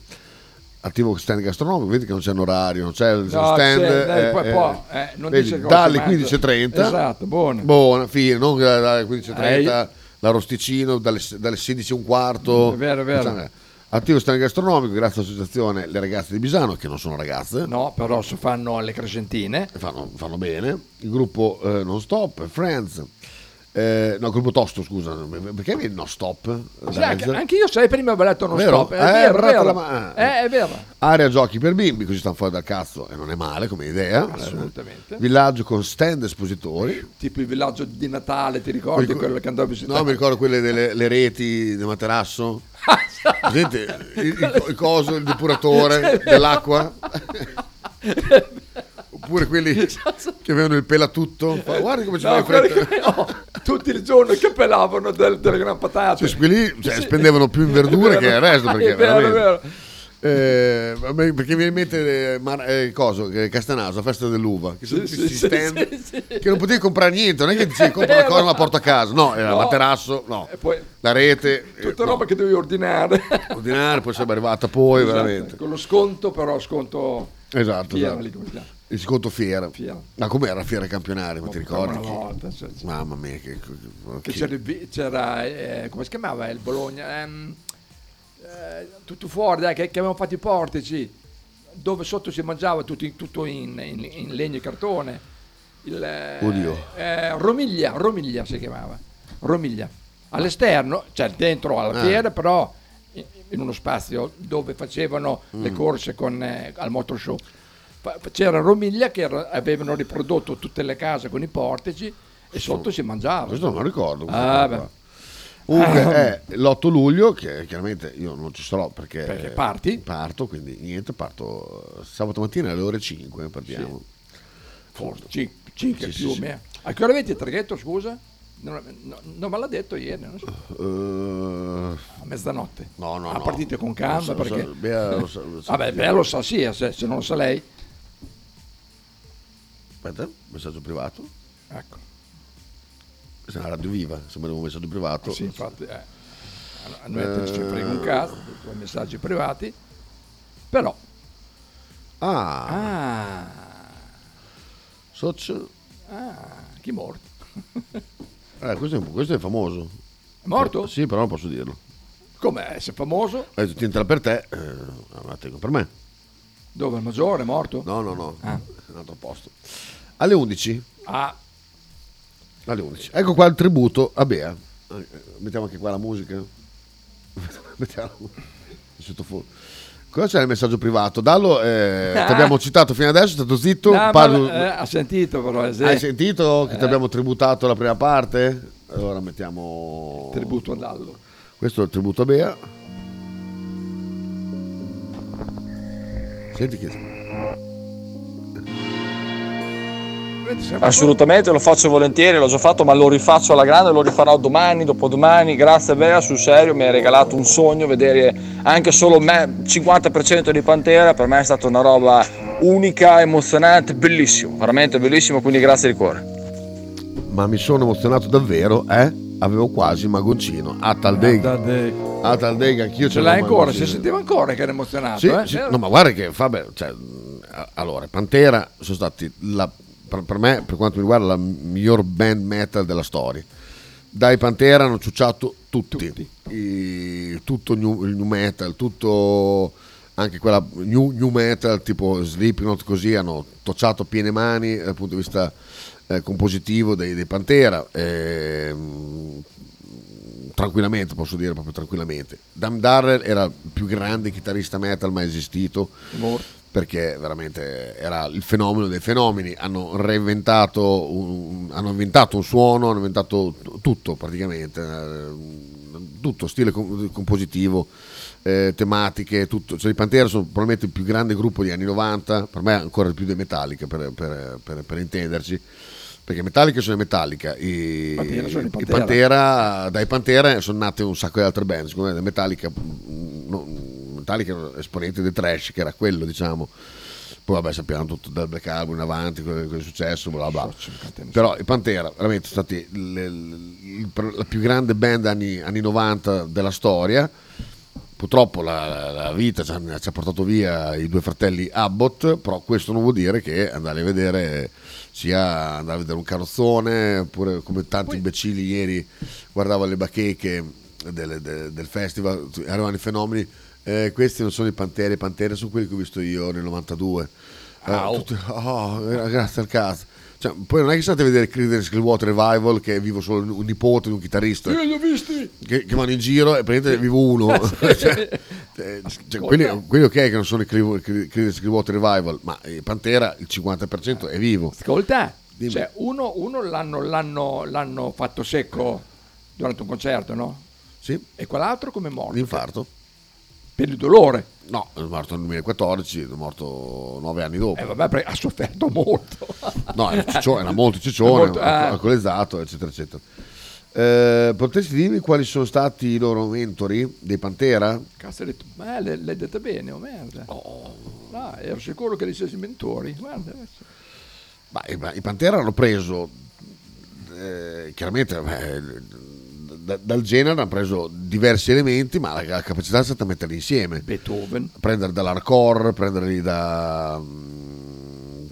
Speaker 16: Attivo stand gastronomico, vedi che non c'è un orario, non c'è il
Speaker 17: No,
Speaker 16: stand.
Speaker 17: c'è, dai,
Speaker 16: eh,
Speaker 17: poi-
Speaker 16: eh,
Speaker 17: poi, eh, non
Speaker 16: vedi,
Speaker 17: dice cosa
Speaker 16: dalle
Speaker 17: mangia.
Speaker 16: 15.30.
Speaker 17: Esatto, buona.
Speaker 16: Buona, fine, non che dalle 15.30,
Speaker 17: Eh,
Speaker 16: l'arrosticino dalle, dalle 16.15.
Speaker 17: È vero, è vero.
Speaker 16: Facciamo- Attivo stand gastronomico, grazie all'associazione Le Ragazze di Bisano, che non sono ragazze.
Speaker 17: No, però si fanno le crescentine.
Speaker 16: Fanno, fanno bene. Il gruppo eh, Non Stop, Friends. Eh, no, il gruppo Tosto, scusa. Perché viene Non Stop?
Speaker 17: Sì, anche, Cioè, anche io sai prima avevo letto non
Speaker 16: Vero?
Speaker 17: stop. È
Speaker 16: Eh,
Speaker 17: vero, è
Speaker 16: bravo,
Speaker 17: vero.
Speaker 16: ma-
Speaker 17: Eh, è vero.
Speaker 16: Area giochi per bimbi, così stanno fuori dal cazzo e non è male come idea.
Speaker 17: Assolutamente.
Speaker 16: Eh, villaggio con stand espositori.
Speaker 17: Tipo il villaggio di Natale, ti ricordi
Speaker 16: Ricordo-
Speaker 17: quello che andò a visitare?
Speaker 16: No, mi ricordo quelle delle le reti del materasso. Presente il, il- il coso, il
Speaker 17: Cioè,
Speaker 16: depuratore dell'acqua. Oppure quelli che avevano il pelatutto. Fa, Guarda come ci
Speaker 17: Esatto. No,
Speaker 16: fai
Speaker 17: quello
Speaker 16: fretta.
Speaker 17: che- no, tutti i giorni che pelavano del- delle gran patate.
Speaker 16: Cioè, quelli cioè, spendevano più in verdure
Speaker 17: È vero.
Speaker 16: che il resto. Perché
Speaker 17: È vero, è
Speaker 16: veramente- Eh, vabbè, perché mi viene in mente eh, Mar- eh, coso, eh, Castanaso, la festa dell'uva, che sono
Speaker 17: Sì,
Speaker 16: tutti questi
Speaker 17: sì, sì,
Speaker 16: stand
Speaker 17: sì, sì.
Speaker 16: Eh, che non potevi comprare niente, non è che dici compro una
Speaker 17: vero.
Speaker 16: cosa e la porto a casa, no, era
Speaker 17: No.
Speaker 16: materasso, no,
Speaker 17: E poi
Speaker 16: la rete, eh,
Speaker 17: tutta roba che dovevi ordinare.
Speaker 16: ordinare, poi sarebbe arrivata poi,
Speaker 17: Esatto,
Speaker 16: veramente.
Speaker 17: Con lo sconto, però sconto.
Speaker 16: Esatto,
Speaker 17: Fiera,
Speaker 16: esatto.
Speaker 17: lì, come si chiama?
Speaker 16: Il secondo fiera.
Speaker 17: Fiera.
Speaker 16: Ma com'era la fiera campionaria, ma ti ricordi?
Speaker 17: Una
Speaker 16: Che-
Speaker 17: volta, cioè,
Speaker 16: Mamma mia, che,
Speaker 17: che
Speaker 16: che-
Speaker 17: c'era, il vi- c'era, eh, come si chiamava il Bologna Ehm, eh, tutto fuori dai, che, che avevano fatto i portici dove sotto si mangiava tutto in, tutto in- in- in legno e cartone il, eh,
Speaker 16: Oddio.
Speaker 17: eh, Romiglia Romiglia si chiamava Romiglia all'esterno cioè dentro alla
Speaker 16: Ah.
Speaker 17: fiera però in, in uno spazio dove facevano le
Speaker 16: Mm.
Speaker 17: corse con, eh, al motor show Fa- c'era Romiglia che era- avevano riprodotto tutte le case con i portici e sotto si mangiava
Speaker 16: Questo non lo ricordo.
Speaker 17: Ah,
Speaker 16: Comunque,
Speaker 17: beh. Ehm.
Speaker 16: Comunque è l'8 luglio, che chiaramente io non ci sarò perché,
Speaker 17: Perché parti?
Speaker 16: Parto, quindi niente, parto eh, sabato mattina alle ore 5, partiamo.
Speaker 17: Forse 5,
Speaker 16: Sì,
Speaker 17: più
Speaker 16: sì,
Speaker 17: o
Speaker 16: sì.
Speaker 17: meno. A che ora avete il traghetto, scusa? Non, no- non me l'ha detto ieri, non so.
Speaker 16: Eh,
Speaker 17: a mezzanotte.
Speaker 16: No, no,
Speaker 17: a
Speaker 16: no.
Speaker 17: Ah, partite con
Speaker 16: Lo
Speaker 17: calma
Speaker 16: so, lo
Speaker 17: perché...
Speaker 16: so, Bea lo sa- lo sa-
Speaker 17: Vabbè, Bea lo sa sì, eh, se, se non lo sa lei.
Speaker 16: Aspetta, messaggio privato.
Speaker 17: Ecco.
Speaker 16: Questa è una radio viva, se abbiamo un messaggio privato.
Speaker 17: Sì, infatti, eh, a noi non
Speaker 16: Eh.
Speaker 17: ci frega un cazzo, con messaggi privati. Però...
Speaker 16: Ah,
Speaker 17: Ah,
Speaker 16: socio.
Speaker 17: ah, chi è morto?
Speaker 16: Eh, questo, è, questo è famoso.
Speaker 17: È morto?
Speaker 16: Sì, però non posso dirlo.
Speaker 17: Com'è? Se è famoso?
Speaker 16: Hai detto tientela per te, eh, la tengo per me.
Speaker 17: Dove? Il maggiore è morto?
Speaker 16: No, no, no,
Speaker 17: Ah.
Speaker 16: è un altro posto. Alle 11?
Speaker 17: Ah,
Speaker 16: Alle 11. Ecco qua il tributo a Bea. Eh, Mettiamo anche qua la musica. Mettiamo il sottofondo. Cosa c'è nel messaggio privato? Dallo, eh,
Speaker 17: Ah.
Speaker 16: ti abbiamo citato fino adesso, è stato zitto.
Speaker 17: no, ma,
Speaker 16: parlo-
Speaker 17: eh, ha sentito però, eh, sì.
Speaker 16: Hai sentito che ti
Speaker 17: Eh.
Speaker 16: abbiamo tributato la prima parte? Allora mettiamo...
Speaker 17: Tributo a Dallo.
Speaker 16: Questo è il tributo a Bea. Senti che...
Speaker 15: Assolutamente, lo faccio volentieri, l'ho già fatto, ma lo rifaccio alla grande, lo rifarò domani, dopodomani. Grazie Bea, sul serio, mi hai regalato un sogno vedere anche solo me, 50% di Pantera, per me è stata una roba unica, emozionante, bellissimo, veramente bellissimo, quindi grazie di cuore.
Speaker 16: Ma mi sono emozionato davvero, eh? Avevo quasi il magoncino. A tal dega. A tal dega, Ah, anch'io ce,
Speaker 17: Ce
Speaker 16: l'ho
Speaker 17: l'hai
Speaker 16: il
Speaker 17: ancora?
Speaker 16: magoncino.
Speaker 17: Si sentiva ancora che era emozionato.
Speaker 16: Sì,
Speaker 17: eh?
Speaker 16: sì,
Speaker 17: Eh,
Speaker 16: no, ma guarda che Fabio, cioè, mh, a- allora, Pantera sono stati la- per, per me, per quanto mi riguarda, la miglior band metal della storia. Dai Pantera hanno ciucciato tutti, I- tutto new- il new metal, tutto anche quella new, new metal tipo Slipknot così hanno tocciato piene mani dal punto di vista eh, compositivo dei, dei Pantera. Ehm, tranquillamente, posso dire proprio tranquillamente. Dan Darrell era il più grande chitarrista metal mai esistito perché veramente era il fenomeno dei fenomeni. Hanno reinventato, un, hanno inventato un suono, hanno inventato t- tutto praticamente, eh, tutto stile com- compositivo. eh, tematiche, tutto. Cioè, i Pantera sono probabilmente il più grande gruppo degli anni 90, per me ancora di più dei Metallica per, per- per- per intenderci, perché Metallica sono i Metallica, i,
Speaker 17: Pantera sono i
Speaker 16: i
Speaker 17: Pantera.
Speaker 16: Pantera- dai Pantera sono nate un sacco di altre band, secondo me Metallica, mm, no, Metallica era esponente del trash, che era quello diciamo, poi vabbè sappiamo tutto dal Black Album in avanti, quello quello che è successo, bla bla. Però i Pantera veramente sono stati le- il- il- la più grande band anni, anni 90 della storia. Purtroppo la, la vita ci ha, ci ha portato via i due fratelli Abbott, però questo non vuol dire che andare a vedere sia andare a vedere un carrozzone, oppure come tanti imbecilli ieri guardavo le bacheche delle- de- del festival, arrivano i fenomeni, eh, questi non sono i Pantera, i Pantera sono quelli che ho visto io nel 92. Eh, tutti- oh, eh, grazie al cazzo. Cioè, poi non è che state a vedere Creedence Clearwater Revival che è vivo solo un nipote di un chitarrista
Speaker 17: Io li ho visti.
Speaker 16: che, che vanno in giro e prendete vivo uno. Cioè, eh, cioè, quelli, quelli ok che non sono i Clear- Clear- Creedence Clearwater Revival, ma eh, Pantera il 50% è vivo.
Speaker 17: Ascolta,
Speaker 16: Dimmi.
Speaker 17: Cioè, uno, uno l'hanno, l'hanno- l'hanno fatto secco durante un concerto, no?
Speaker 16: Sì.
Speaker 17: E quell'altro come è morto?
Speaker 16: L'infarto.
Speaker 17: Per il dolore.
Speaker 16: No, è morto nel 2014, è morto nove anni dopo.
Speaker 17: Eh, vabbè, perché ha sofferto molto.
Speaker 16: No, era, ciccione, era molto ciccione,
Speaker 17: È molto- ah.
Speaker 16: alcolizzato, esatto, eccetera, eccetera. Eh, potresti dirmi quali sono stati i loro mentori dei Pantera?
Speaker 17: Cazzo, hai detto, ma l'hai, l'hai detta bene, oh merda. No, ero sicuro che dicessi mentori. Guarda, adesso.
Speaker 16: Ma i, ma i Pantera hanno preso, eh, chiaramente beh, da- dal genere hanno preso diversi elementi, ma la, la capacità è stata metterli insieme.
Speaker 17: Beethoven.
Speaker 16: Prendere dall'hardcore, prenderli da... mm,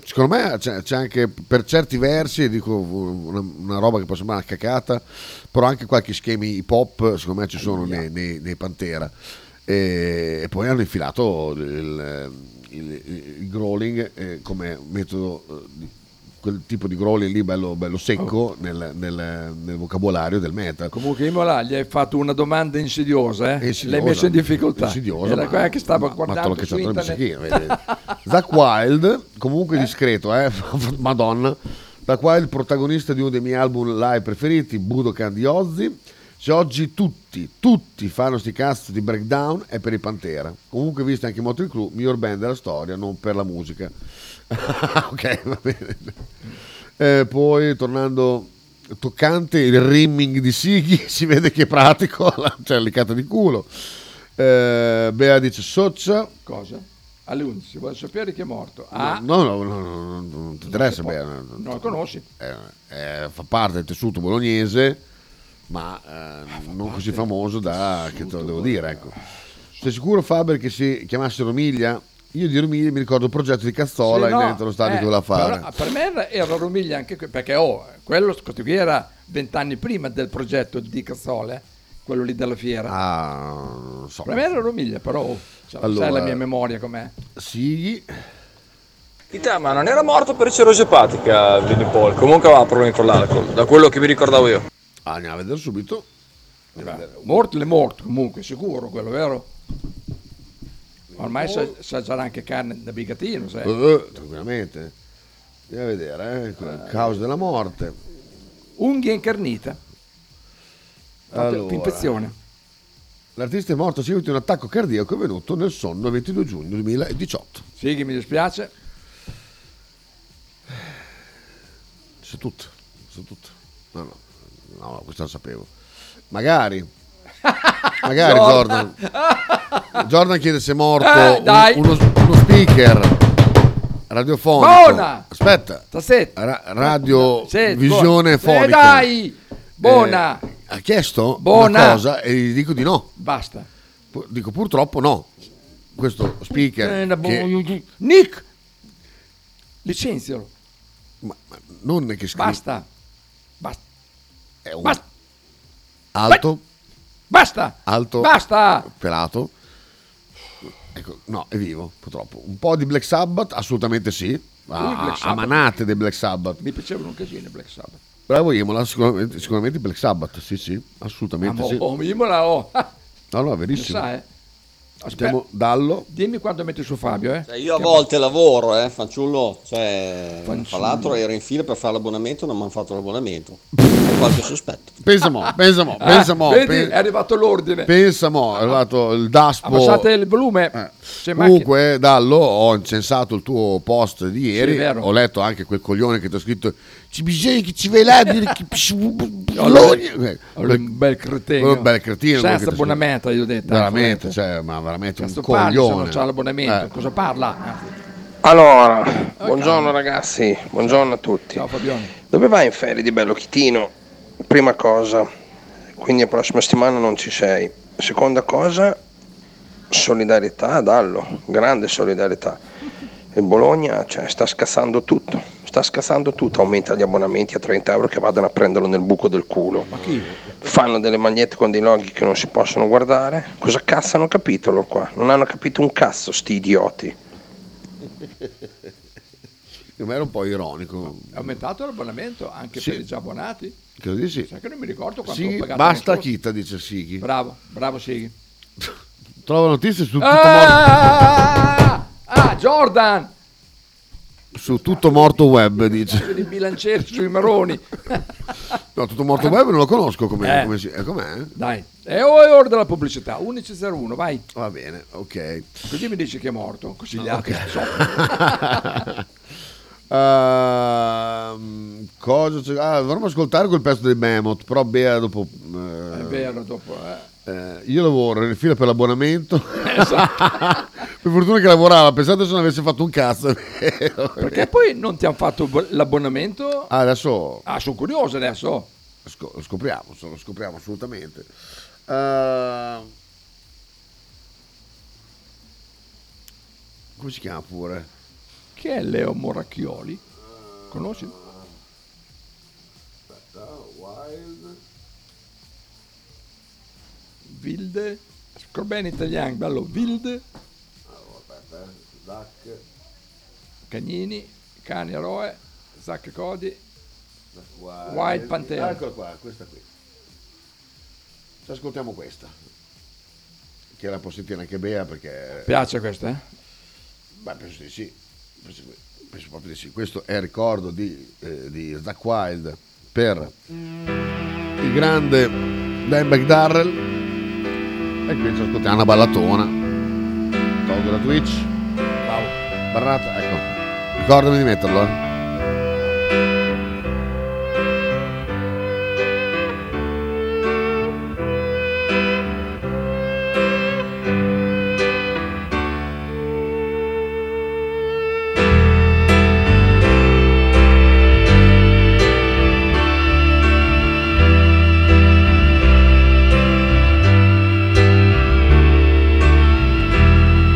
Speaker 16: Secondo me c'è, c'è anche per certi versi, dico una, una roba che può sembrare una cacata, però anche qualche schemi hip hop secondo me ci sono nei, nei- nei Pantera. E, e poi hanno infilato il, il- il growling eh, come metodo eh, di- quel tipo di growling lì bello, bello secco nel, nel- nel vocabolario del metal.
Speaker 17: Oh. Comunque Imola gli hai fatto una domanda insidiosa, eh?
Speaker 16: Insidiosa,
Speaker 17: l'hai messo in difficoltà.
Speaker 16: insidiosa,
Speaker 17: Era
Speaker 16: ma-
Speaker 17: quella che stavo
Speaker 16: ma- ma
Speaker 17: guardando
Speaker 16: te l'ho
Speaker 17: su
Speaker 16: cacciato nel
Speaker 17: internet.
Speaker 16: Zack Wild, comunque discreto, eh? Madonna. Zack Wild, protagonista di uno dei miei album live preferiti, Budokan di Ozzy. Se oggi tutti, tutti fanno sti cazzo di breakdown è per i Pantera. Comunque, vista anche Motley Crue, miglior band della storia, non per la musica. ok, va bene. Eh, poi, tornando toccante, il rimming di Sighi, si vede che è pratico, cioè leccata di culo. Eh, Bea dice Soccia,
Speaker 17: Cosa? All'Unzio, vuoi sapere chi è morto?
Speaker 16: No,
Speaker 17: Ah,
Speaker 16: eh. no, no, no, no, no, non ti interessa, beh,
Speaker 17: non lo conosci.
Speaker 16: eh, eh, fa parte del tessuto bolognese, ma eh, non così famoso da che te lo devo dire. Ecco. Sei sicuro, Faber, che si chiamasse Romiglia? Io di Romiglia mi ricordo il progetto di Cazzola
Speaker 17: Sì,
Speaker 16: in
Speaker 17: no,
Speaker 16: dentro lo stadio
Speaker 17: eh,
Speaker 16: che voleva fare.
Speaker 17: però per me era, era Romiglia anche que- perché oh, quello questo qui era vent'anni prima del progetto di Cazzole, quello lì della fiera.
Speaker 16: Ah, so.
Speaker 17: Per me era Romiglia, però oh, cioè,
Speaker 16: Allora-
Speaker 17: sai la mia memoria com'è.
Speaker 16: Sì.
Speaker 15: Tita, ma non era morto per cirrosi epatica Vinnie Paul, comunque aveva problemi con l'alcol, da quello che mi ricordavo io.
Speaker 16: Ah, andiamo a vedere subito.
Speaker 17: Morto è morto comunque, sicuro quello, vero? Ormai sa, sa già anche carne da bigatino, sai?
Speaker 16: Eh, tranquillamente. Andiamo a vedere, eh, causa della morte.
Speaker 17: Unghia incarnita. Fatto
Speaker 16: Allora.
Speaker 17: Pinpezione.
Speaker 16: L'artista è morto a seguito di un attacco cardiaco avvenuto nel sonno il 22 giugno 2018.
Speaker 17: Sì, che mi dispiace.
Speaker 16: Su tutto, su tutto. No, no, no, questo lo sapevo. Magari. Magari Jordan.
Speaker 17: Jordan.
Speaker 16: Jordan chiede se è morto
Speaker 17: Eh,
Speaker 16: un-
Speaker 17: dai.
Speaker 16: uno, uno speaker radiofonico.
Speaker 17: Buona!
Speaker 16: Aspetta.
Speaker 17: Tassetta.
Speaker 16: Ra- radio
Speaker 17: Sì,
Speaker 16: visione
Speaker 17: buona.
Speaker 16: fonica.
Speaker 17: Eh, dai! Buona!
Speaker 16: Eh, ha chiesto
Speaker 17: Buona.
Speaker 16: una cosa e gli dico di no.
Speaker 17: Basta.
Speaker 16: Pu- Dico purtroppo no. Questo
Speaker 17: Eh,
Speaker 16: speaker
Speaker 17: la
Speaker 16: che
Speaker 17: bu- Nick! Licenzialo.
Speaker 16: non è che scrive
Speaker 17: Basta. Basta.
Speaker 16: È un-
Speaker 17: Basta.
Speaker 16: alto,
Speaker 17: Basta.
Speaker 16: alto,
Speaker 17: Basta.
Speaker 16: pelato. Ecco, no, è vivo purtroppo. Un po' di Black Sabbath, assolutamente sì.
Speaker 17: Ui, Black
Speaker 16: A, a
Speaker 17: Sabbath.
Speaker 16: manate dei Black Sabbath.
Speaker 17: Mi piacevano un casino i Black Sabbath.
Speaker 16: Bravo Imola, sicuramente, sicuramente Black Sabbath, sì sì, assolutamente
Speaker 17: Amo,
Speaker 16: sì.
Speaker 17: oh, Imola, oh.
Speaker 16: No, no, è
Speaker 17: Lo
Speaker 16: verissimo.
Speaker 17: sai, eh? Aspetta,
Speaker 16: Sentiamo Dallo.
Speaker 17: dimmi quando metti su Fabio, eh.
Speaker 12: Cioè, io a volte lavoro, eh, fanciullo. Cioè, Tra
Speaker 17: Fanciullo.
Speaker 12: l'altro ero in fila per fare l'abbonamento, non mi hanno fatto l'abbonamento. Ho qualche sospetto.
Speaker 16: Pensiamo, pensiamo,
Speaker 12: Ah,
Speaker 16: pensiamo.
Speaker 17: Vedi, è arrivato l'ordine.
Speaker 16: Pensiamo, è arrivato il Daspo.
Speaker 17: Abbassate il volume. C'è macchina.
Speaker 16: boh. Eh, Comunque, Dallo, ho incensato il tuo post di ieri.
Speaker 17: Sì, è vero.
Speaker 16: ho letto anche quel coglione che ti ha scritto: Ci bisogna che ci vai là a dire che.
Speaker 17: Allora,
Speaker 16: Eh,
Speaker 17: allora, un bel cretino.
Speaker 16: Un bel cretino. quello che ti
Speaker 17: Senza
Speaker 16: ha scritto.
Speaker 17: abbonamento, io ho detto. ecco,
Speaker 16: Veramente, cioè, ma veramente
Speaker 17: Cazzo
Speaker 16: un
Speaker 17: parli se non
Speaker 16: coglione. Eh.
Speaker 17: c'ha l'abbonamento. Cosa parla? Eh,
Speaker 19: Allora, buongiorno ragazzi, buongiorno a tutti. Dove vai in ferie di Bello Chitino? Prima cosa, quindi la prossima settimana non ci sei. Seconda cosa, solidarietà ad Allo, grande solidarietà. Il Bologna cioè, sta scassando tutto, sta scassando tutto, aumenta gli abbonamenti a 30 euro che vadano a prenderlo nel buco del culo. Fanno delle magliette con dei loghi che non si possono guardare. Cosa cazzo hanno capito loro qua? Non hanno capito un cazzo sti idioti.
Speaker 16: Ma era un po' ironico.
Speaker 17: È aumentato l'abbonamento anche
Speaker 16: Sì.
Speaker 17: per i già abbonati?
Speaker 16: Credo di sì.
Speaker 17: Sai che non mi ricordo quanto ho
Speaker 16: Sì,
Speaker 17: pagato.
Speaker 16: basta
Speaker 17: l'anno scorso.
Speaker 16: Chita, dice Sighi.
Speaker 17: Bravo, bravo Sighi.
Speaker 16: Trovo notizie su tutto,
Speaker 17: Ah, ah, Jordan!
Speaker 16: morto, su tutto morto web, dice.
Speaker 17: I bilancieri sui maroni.
Speaker 16: No, tutto morto web non lo conosco come,
Speaker 17: Eh.
Speaker 16: come si- eh, com'è?
Speaker 17: Dai, è o- è ora della pubblicità. 11.01, vai.
Speaker 16: Va bene, ok.
Speaker 17: Così mi dici che è morto. Così gli
Speaker 16: No,
Speaker 17: altri
Speaker 16: ok.
Speaker 17: soffrono.
Speaker 16: Ehm, cosa c'è? Ah, dovremmo ascoltare quel pezzo dei Behemoth, però Bea dopo... eh,
Speaker 17: È vero, dopo. eh.
Speaker 16: eh, io lavoro in fila per l'abbonamento. per fortuna che lavorava, pensate se non avesse fatto un cazzo.
Speaker 17: Perché poi non ti hanno fatto bo- l'abbonamento?
Speaker 16: Ah, adesso
Speaker 17: Ah, sono curioso adesso.
Speaker 16: Sco- lo scopriamo, so- lo scopriamo assolutamente. Ehm, come si chiama pure?
Speaker 17: Chi è Leo Moracchioli? Conosci? Wilde. Scorbene italiano, bello. Wilde, Cagnini, Cani Aroe, Zac Codi, Wild Pantera.
Speaker 16: Eccola qua, questa qui. Ci ascoltiamo questa. Che la può sentire anche Bea perché...
Speaker 17: Piace questa, eh?
Speaker 16: Beh, penso di sì. Penso, penso proprio di sì. Questo è il ricordo di, eh, di Zack Wild per il grande Dimebag Darrell. E qui ci ascoltiamo una ballatona. Tolgo da Twitch. Barrata, ecco. Ricordami di metterlo, eh.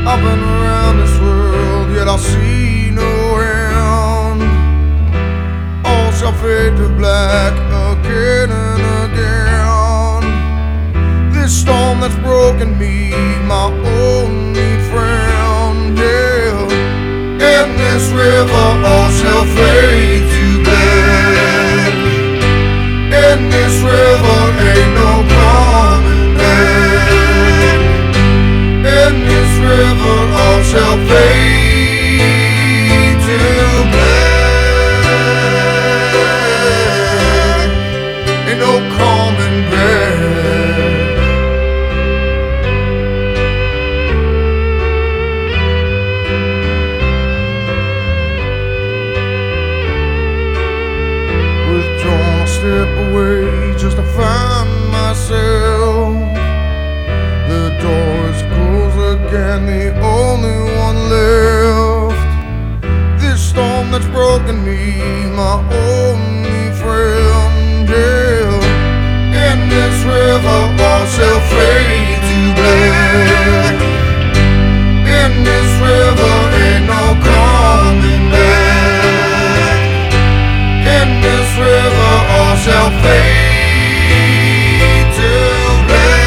Speaker 2: I've been around this world, yet I see no end. All shall fade to black again and again. This storm that's broken me, my only friend, yeah. In this river, all shall fade to black. In this river, ain't no coming back. In this river all shall fade to black Ain't no coming back and the only one left. This storm that's broken me, my only friend, yeah. In this river, all shall fade to black. In this river, ain't no coming back. In this river, all shall fade to black.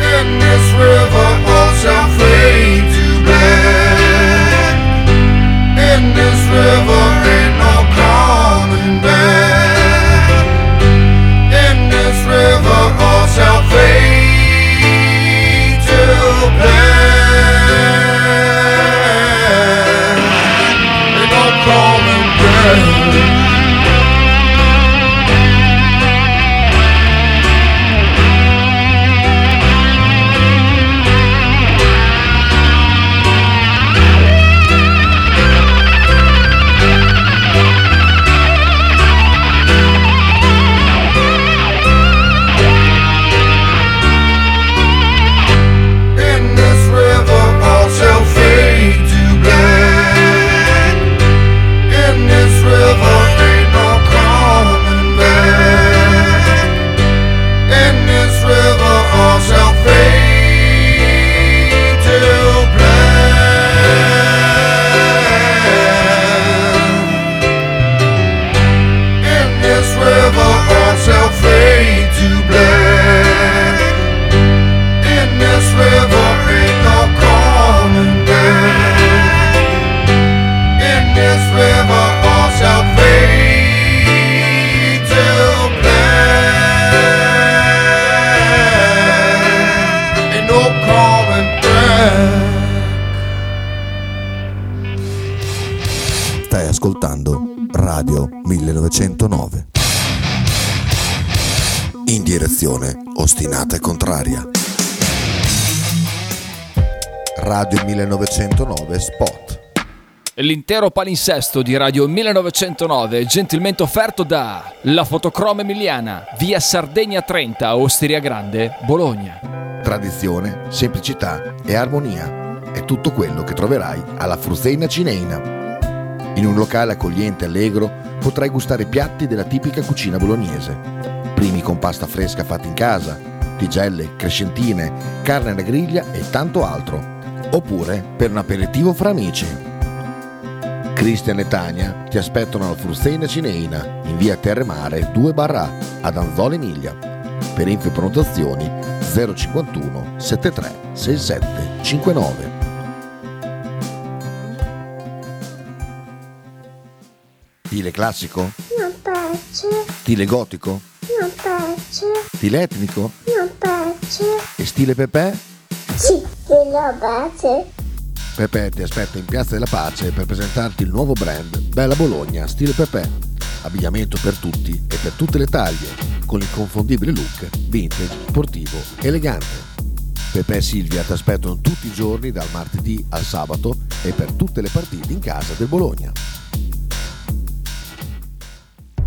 Speaker 2: In this river, all shall fade to black. In this river, ain't no coming back. In this river, all shall fade to black. Ain't no coming back. In this river, all shall fade to black. In this river, ain't no coming back. In this river, all shall fade to black. In this river, all shall fade to black. In this river ain't no coming back. In this river all shall fade to black. Ain't no coming back.
Speaker 16: Stai ascoltando Radio 1909. In direzione ostinata e contraria. Radio 1909 Spot.
Speaker 15: L'intero palinsesto di Radio 1909 è gentilmente offerto da La Fotocroma Emiliana, via Sardegna 30, Osteria Grande, Bologna.
Speaker 16: Tradizione, semplicità e armonia è tutto quello che troverai alla Fruzeina Cineina. In un locale accogliente e allegro potrai gustare piatti della tipica cucina bolognese. Primi con pasta fresca fatta in casa, tigelle, crescentine, carne alla griglia e tanto altro. Oppure per un aperitivo fra amici. Cristian e Tania ti aspettano alla Frusteina Cineina in via Terremare 2 barra ad Anzola Emilia. Per info e prenotazioni 051 73 67 59. Stile classico?
Speaker 13: Non piace,
Speaker 16: Stile gotico?
Speaker 13: non piace,
Speaker 16: Stile etnico?
Speaker 13: non piace.
Speaker 16: E stile Pepe?
Speaker 13: Sì, ve lo piace.
Speaker 16: Pepe ti aspetta in Piazza della Pace per presentarti il nuovo brand Bella Bologna Stile Pepe. Abbigliamento per tutti e per tutte le taglie, con l'inconfondibile look vintage, sportivo, elegante. Pepe e Silvia ti aspettano tutti i giorni dal martedì al sabato e per tutte le partite in casa del Bologna.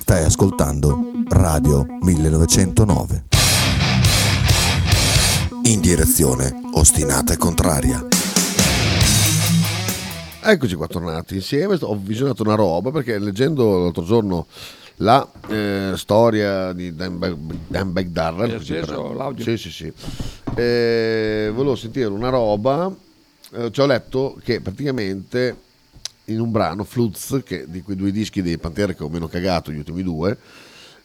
Speaker 16: Stai ascoltando Radio 1909. In direzione ostinata e contraria.
Speaker 20: Eccoci qua tornati insieme, ho visionato una roba perché leggendo l'altro giorno la eh, storia di Dan Beck- Dan Beck Darrell,
Speaker 17: È
Speaker 20: così
Speaker 17: acceso l'audio?
Speaker 20: Sì, sì, sì. Eh, volevo sentire una roba, eh, ci ho letto che praticamente in un brano, Flutz, che di quei due dischi dei Pantera che ho meno cagato, gli ultimi due,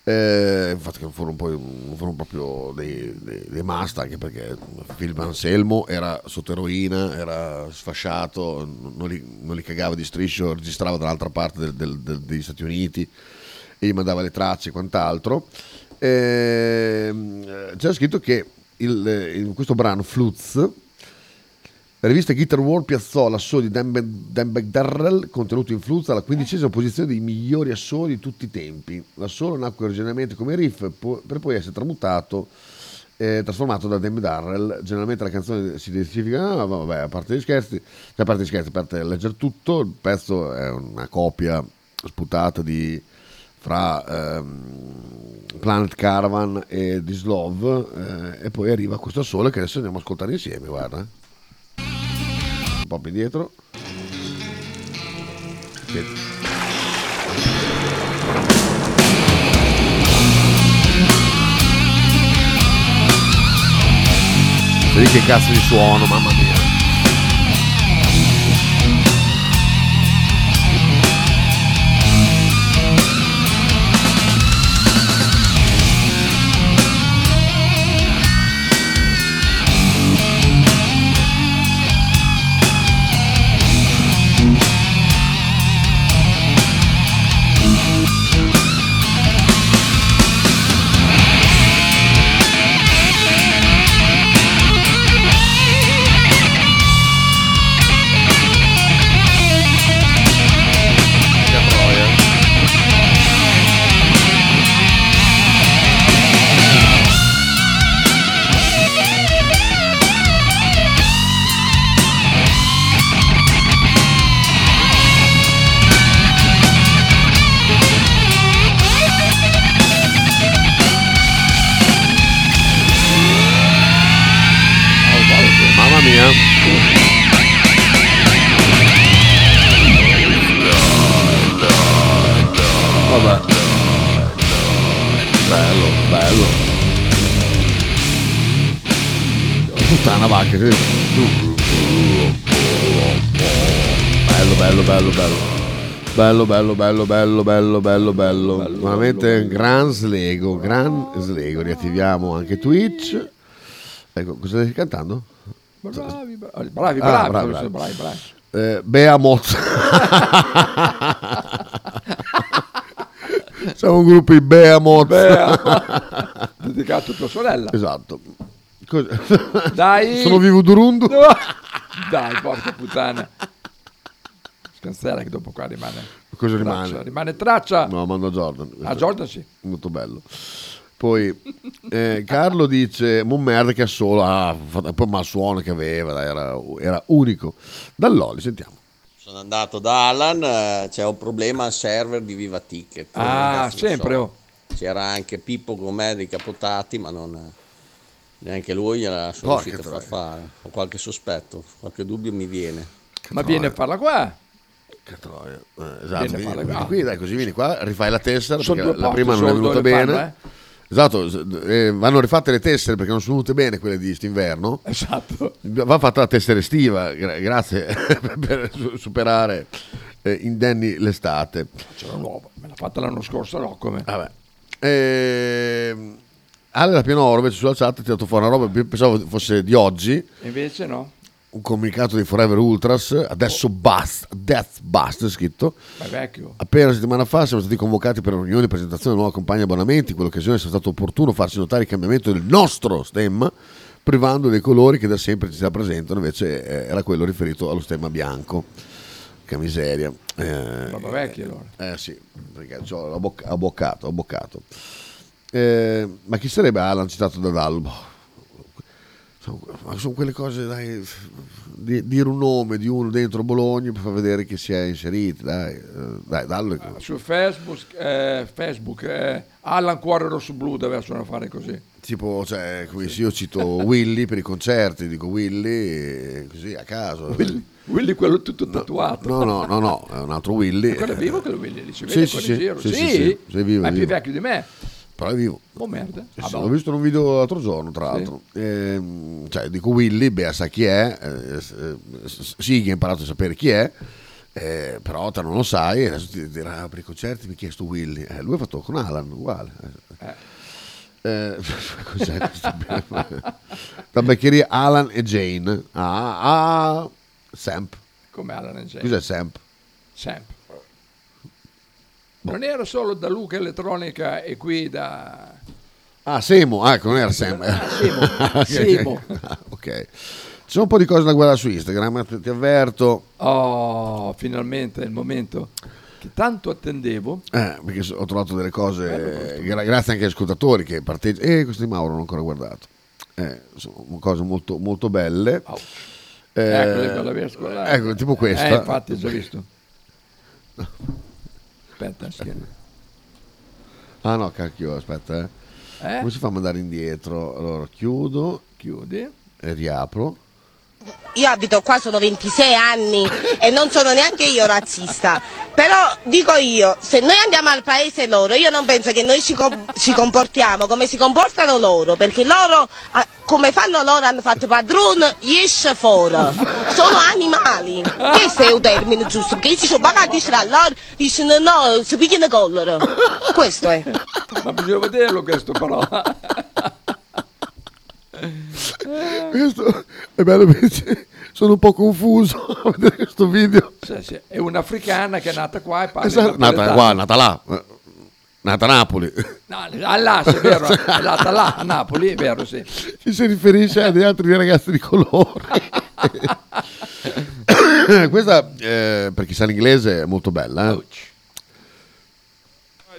Speaker 20: eh, infatti che non furono, poi, non furono proprio dei, dei, dei must, anche perché Phil Anselmo era sotto eroina, era sfasciato, non li, non li cagava di striscio, registrava dall'altra parte del- del- del- degli Stati Uniti e gli mandava le tracce e quant'altro. E
Speaker 16: ehm, c'era scritto che il- eh, in questo brano Flutz, la rivista Guitar World piazzò l'assolo di Dan Be- Dan Bechdel contenuto in Flutz alla quindicesima posizione dei migliori assoli di tutti i tempi. L'assolo nacque originariamente come riff po- per poi essere tramutato eh, trasformato da Dan Darrell. Generalmente la canzone si identifica, ah, vabbè, a parte gli scherzi, cioè, a parte gli scherzi, a parte leggere tutto, il pezzo è una copia sputata di fra ehm, Planet Caravan e This Love eh, e poi arriva questo sole che adesso andiamo a ascoltare insieme, guarda. Un po' più indietro. Che- Vedi che cazzo di suono, mamma mia. Mamma mia. Vabbè. Bello, bello. Puttana vacca, che- Bello, bello, bello, bello. Bello, bello, bello, bello, bello, bello, bello. Veramente un gran slego, gran slego. Riattiviamo anche Twitch. Ecco, cosa stai cantando?
Speaker 17: Bravi, bravi, bravi,
Speaker 16: Ah,
Speaker 17: bravi, bravi, bravi, bravi.
Speaker 16: Eh, Bea Mozza. Siamo un gruppo di Bea Mozza.
Speaker 17: Bea. Dedicato a tua sorella.
Speaker 16: Esatto. Cosa-
Speaker 17: Dai.
Speaker 16: Sono vivo durundu.
Speaker 17: No. Dai, porca puttana. Scansella che dopo qua rimane.
Speaker 16: Cosa
Speaker 17: traccia.
Speaker 16: rimane? Ah,
Speaker 17: Rimane traccia.
Speaker 16: No, mando a Jordan.
Speaker 17: A Jordan sì.
Speaker 16: Molto bello. Poi eh, Carlo dice, mon merda che ha solo, ah, fa- poi ma il suono che aveva, dai, era, era unico. Dall'Oli, sentiamo.
Speaker 12: Sono andato da Alan, eh, c'è un problema al server di Viva Ticket.
Speaker 17: Ah,
Speaker 12: Cazzo ne
Speaker 17: sempre,
Speaker 12: so.
Speaker 17: oh.
Speaker 12: C'era anche Pippo con me dei Capotati, ma non, eh, neanche lui gliela sono
Speaker 17: Porca
Speaker 12: riuscito a far fare. Ho qualche sospetto, qualche dubbio mi viene. eh.
Speaker 17: Ma viene a farla qua.
Speaker 16: Che troia. Eh, esatto,
Speaker 17: Vieni a
Speaker 16: vieni,
Speaker 17: fare
Speaker 16: vieni
Speaker 17: qua.
Speaker 16: qui, dai, così vieni qua, rifai la tessera,
Speaker 17: Sono
Speaker 16: perché
Speaker 17: due eh?
Speaker 16: la
Speaker 17: porte,
Speaker 16: prima non è
Speaker 17: sono
Speaker 16: venuta
Speaker 17: dove
Speaker 16: bene.
Speaker 17: fanno,
Speaker 16: Esatto, s- eh, vanno rifatte le tessere perché non sono venute bene quelle di quest'inverno.
Speaker 17: Esatto.
Speaker 16: Va fatta la tessera estiva, gra- grazie per su- superare eh, indenni l'estate.
Speaker 17: C'era nuova, me l'ha fatta l'anno scorso, no come.
Speaker 16: Vabbè. Ehm, Ale la Pianoro invece sulla chat ha tirato fuori una roba, io pensavo fosse di oggi,
Speaker 17: E Invece no.
Speaker 16: un comunicato di Forever Ultras,
Speaker 17: Oh.
Speaker 16: adesso basta, death basta è scritto.
Speaker 17: Ma è vecchio.
Speaker 16: Appena una settimana fa siamo stati convocati per una riunione e presentazione della nuova compagnia abbonamenti. In quell'occasione è stato opportuno farci notare il cambiamento del nostro stemma, privando dei colori che da sempre ci rappresentano, invece eh, era quello riferito allo stemma bianco. Che miseria. Eh,
Speaker 17: Roba vecchia allora.
Speaker 16: eh sì, perché c'ho- ho, boc- ho boccato, ho boccato. Eh, ma chi sarebbe Alan citato da Dalbo? Sono, ma sono quelle cose, dai, di- dire un nome di uno dentro Bologna per far vedere che si è inseriti, dai, eh, dai, Dallo. è-
Speaker 17: Su Facebook, eh, Facebook eh, Alan Cuore Rosso Blu deve solo fare così.
Speaker 16: Tipo, cioè, come se io cito Willy per i concerti, dico Willy, eh, così a caso. Willy,
Speaker 17: quello tutto tatuato.
Speaker 16: No, no, no, no, è un altro Willy. eh,
Speaker 17: Quello è vivo quello Willy lì, ci
Speaker 16: Sì,
Speaker 17: vede
Speaker 16: sì,
Speaker 17: ancora
Speaker 16: sì,
Speaker 17: in giro.
Speaker 16: sì, sì, sì, sì, è vivo,
Speaker 17: ma
Speaker 16: è
Speaker 17: è più
Speaker 16: vivo.
Speaker 17: vecchio di me.
Speaker 16: Però è vivo.
Speaker 17: Oh merda.
Speaker 16: Eh Sì,
Speaker 17: Ah,
Speaker 16: sì,
Speaker 17: boh.
Speaker 16: l'ho visto in un video l'altro giorno, tra
Speaker 17: Sì.
Speaker 16: l'altro. Ehm, cioè, dico Willy, beh, sa chi è, eh, s- eh, s- sì, che ha imparato a sapere chi è, eh, però te non lo sai, e adesso ti dirà "Ah, per i concerti mi ha chiesto Willy. Eh, lui ha fatto con Alan, uguale. Eh, cos'è questo? Tabaccheria Alan e Jane. Ah, ah, Samp.
Speaker 17: Come Alan e Jane.
Speaker 16: Cos'è Samp?
Speaker 17: Sempre.
Speaker 16: Boh.
Speaker 17: Non era solo da Luca Elettronica e qui da
Speaker 16: Ah, Semo, ah, che non era Sam.
Speaker 17: Semo,
Speaker 16: Ok,
Speaker 17: Semo.
Speaker 16: ok. Ok. Ci sono un po' di cose da guardare su Instagram, ti ti avverto.
Speaker 17: Oh, finalmente è il momento che tanto attendevo.
Speaker 16: Eh, perché so- ho trovato delle cose, gra- grazie anche agli ascoltatori che partecipano. Eh, questo di Mauro non ho ancora guardato. Eh, sono cose molto, molto belle. Eh,
Speaker 17: Ecco, le cose da scolare.
Speaker 16: ecco, tipo questa.
Speaker 17: Eh, infatti, ho già visto. Aspetta, scherzo.
Speaker 16: Ah no, cacchio, aspetta. Eh.
Speaker 17: Eh?
Speaker 16: Come si fa a mandare indietro? Allora, chiudo.
Speaker 17: Chiudi.
Speaker 16: E riapro.
Speaker 11: Io abito qua, sono 26 anni e non sono neanche io razzista. Però dico io, se noi andiamo al paese loro, io non penso che noi ci, com- ci comportiamo come si comportano loro, perché loro, ah, come fanno loro, hanno fatto padrone, esce fuori. Sono animali. Questo è un termine giusto, perché ci sono pagati tra loro, dicono no, si pigliano con loro. Questo è.
Speaker 17: Ma bisogna vederlo questo però. Eh.
Speaker 16: Questo è bello perché sono un po' confuso a vedere questo video.
Speaker 17: Sì, sì, È un'africana che è nata qua e parla.
Speaker 16: Esatto, nata
Speaker 17: napoletano.
Speaker 16: qua, nata là. eh, Nata a Napoli.
Speaker 17: No, all'Asse, è vero, è nata là, a Napoli, è vero, sì.
Speaker 16: Ci si riferisce a degli altri ragazzi di colore. Questa, eh, per chi sa l'inglese, è molto bella. eh.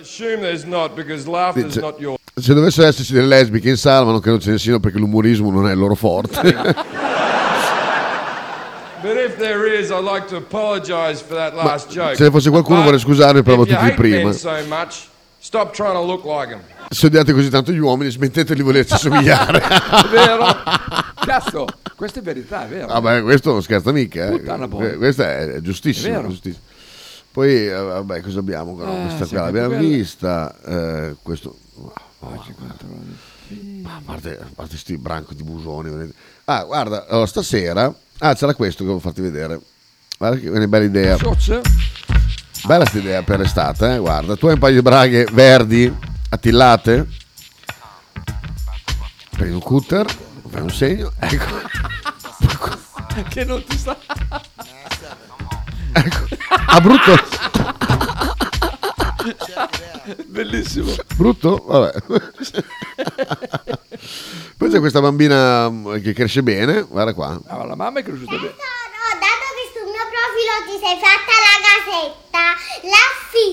Speaker 2: Shame there's not, because laughter is
Speaker 16: Dice,
Speaker 2: not your.
Speaker 16: se dovessero esserci delle lesbiche in salva, non credo ce ne siano perché l'umorismo non è il loro forte.
Speaker 2: But if there is, I'd like to apologise for that last joke.
Speaker 16: se ne fosse qualcuno,
Speaker 2: But
Speaker 16: vorrei scusarmi per la
Speaker 2: if you
Speaker 16: battuta di
Speaker 2: hate
Speaker 16: prima.
Speaker 2: men so much, stop trying to look like 'em.
Speaker 16: se odiate così tanto gli uomini, smettete di volerci somigliare.
Speaker 17: È vero? Cazzo, questa è verità, è vero.
Speaker 16: Vabbè, Ah, questo non scherza mica. eh.
Speaker 17: Puttana boia.
Speaker 16: Que- Questa è, è giustissima.
Speaker 17: È vero.
Speaker 16: giustissima. Poi, eh, vabbè, cosa abbiamo? ancora?
Speaker 17: Ah,
Speaker 16: questa
Speaker 17: sempre
Speaker 16: qua l'abbiamo
Speaker 17: quella.
Speaker 16: vista. eh, questo. Ma a parte, a parte sti branco di busoni. veramente. Ah, guarda, allora, stasera. Ah, c'era questo che volevo farti vedere. Guarda che è una bella idea.
Speaker 17: Socio?
Speaker 16: Bella sta idea per l'estate, eh? guarda. Tu hai un paio di braghe verdi, attillate. Prendi un cutter, fai un segno, ecco.
Speaker 17: Che non ti sa.
Speaker 16: Ah, brutto,
Speaker 17: Bellissimo.
Speaker 16: brutto, vabbè. Poi c'è questa bambina mm, che cresce bene, guarda qua.
Speaker 17: Ah, ma la mamma è cresciuta bene.
Speaker 21: Ho dato che sul mio profilo ti sei fatta la casetta,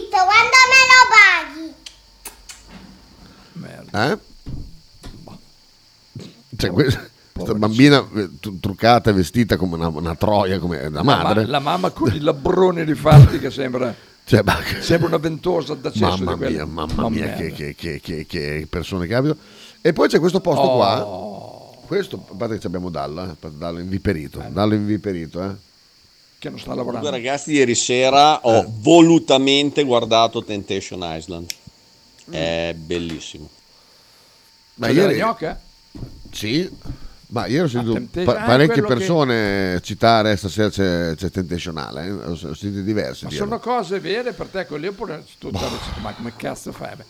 Speaker 21: l'affitto, quando me lo paghi?
Speaker 16: Eh? C'è questa, questa bambina eh, tru- truccata, e vestita come una, una troia, come la madre.
Speaker 17: ma- La mamma con il labrone rifatti che sembra.
Speaker 16: Cioè, ma-
Speaker 17: Sembra una ventosa d'accesso.
Speaker 16: Mamma
Speaker 17: di quelle.
Speaker 16: mia, mamma mia, che,
Speaker 17: merda.
Speaker 16: che, che, che, che persone che abito. E poi c'è questo posto qua. Questo, a parte che abbiamo Dalla, eh, aspetta, Dalla inviperito. Dalla inviperito, eh.
Speaker 17: Che non sta lavorando.
Speaker 12: Comunque, ragazzi, ieri sera ho volutamente guardato Temptation Island. È bellissimo.
Speaker 16: Ma
Speaker 17: C'è della
Speaker 16: ieri-
Speaker 17: gnocca?
Speaker 16: Sì, ma ieri ho sentito
Speaker 17: Temptation-
Speaker 16: pa-
Speaker 17: Cioè, ah,
Speaker 16: parecchie
Speaker 17: quello che-
Speaker 16: persone citare stasera c'è, c'è Tentationale, eh. ho s- ho sentito diverse.
Speaker 17: Ma
Speaker 16: dire.
Speaker 17: sono cose vere per te con Leopold. Tu
Speaker 16: Boh.
Speaker 17: ma come cazzo fai? Beh,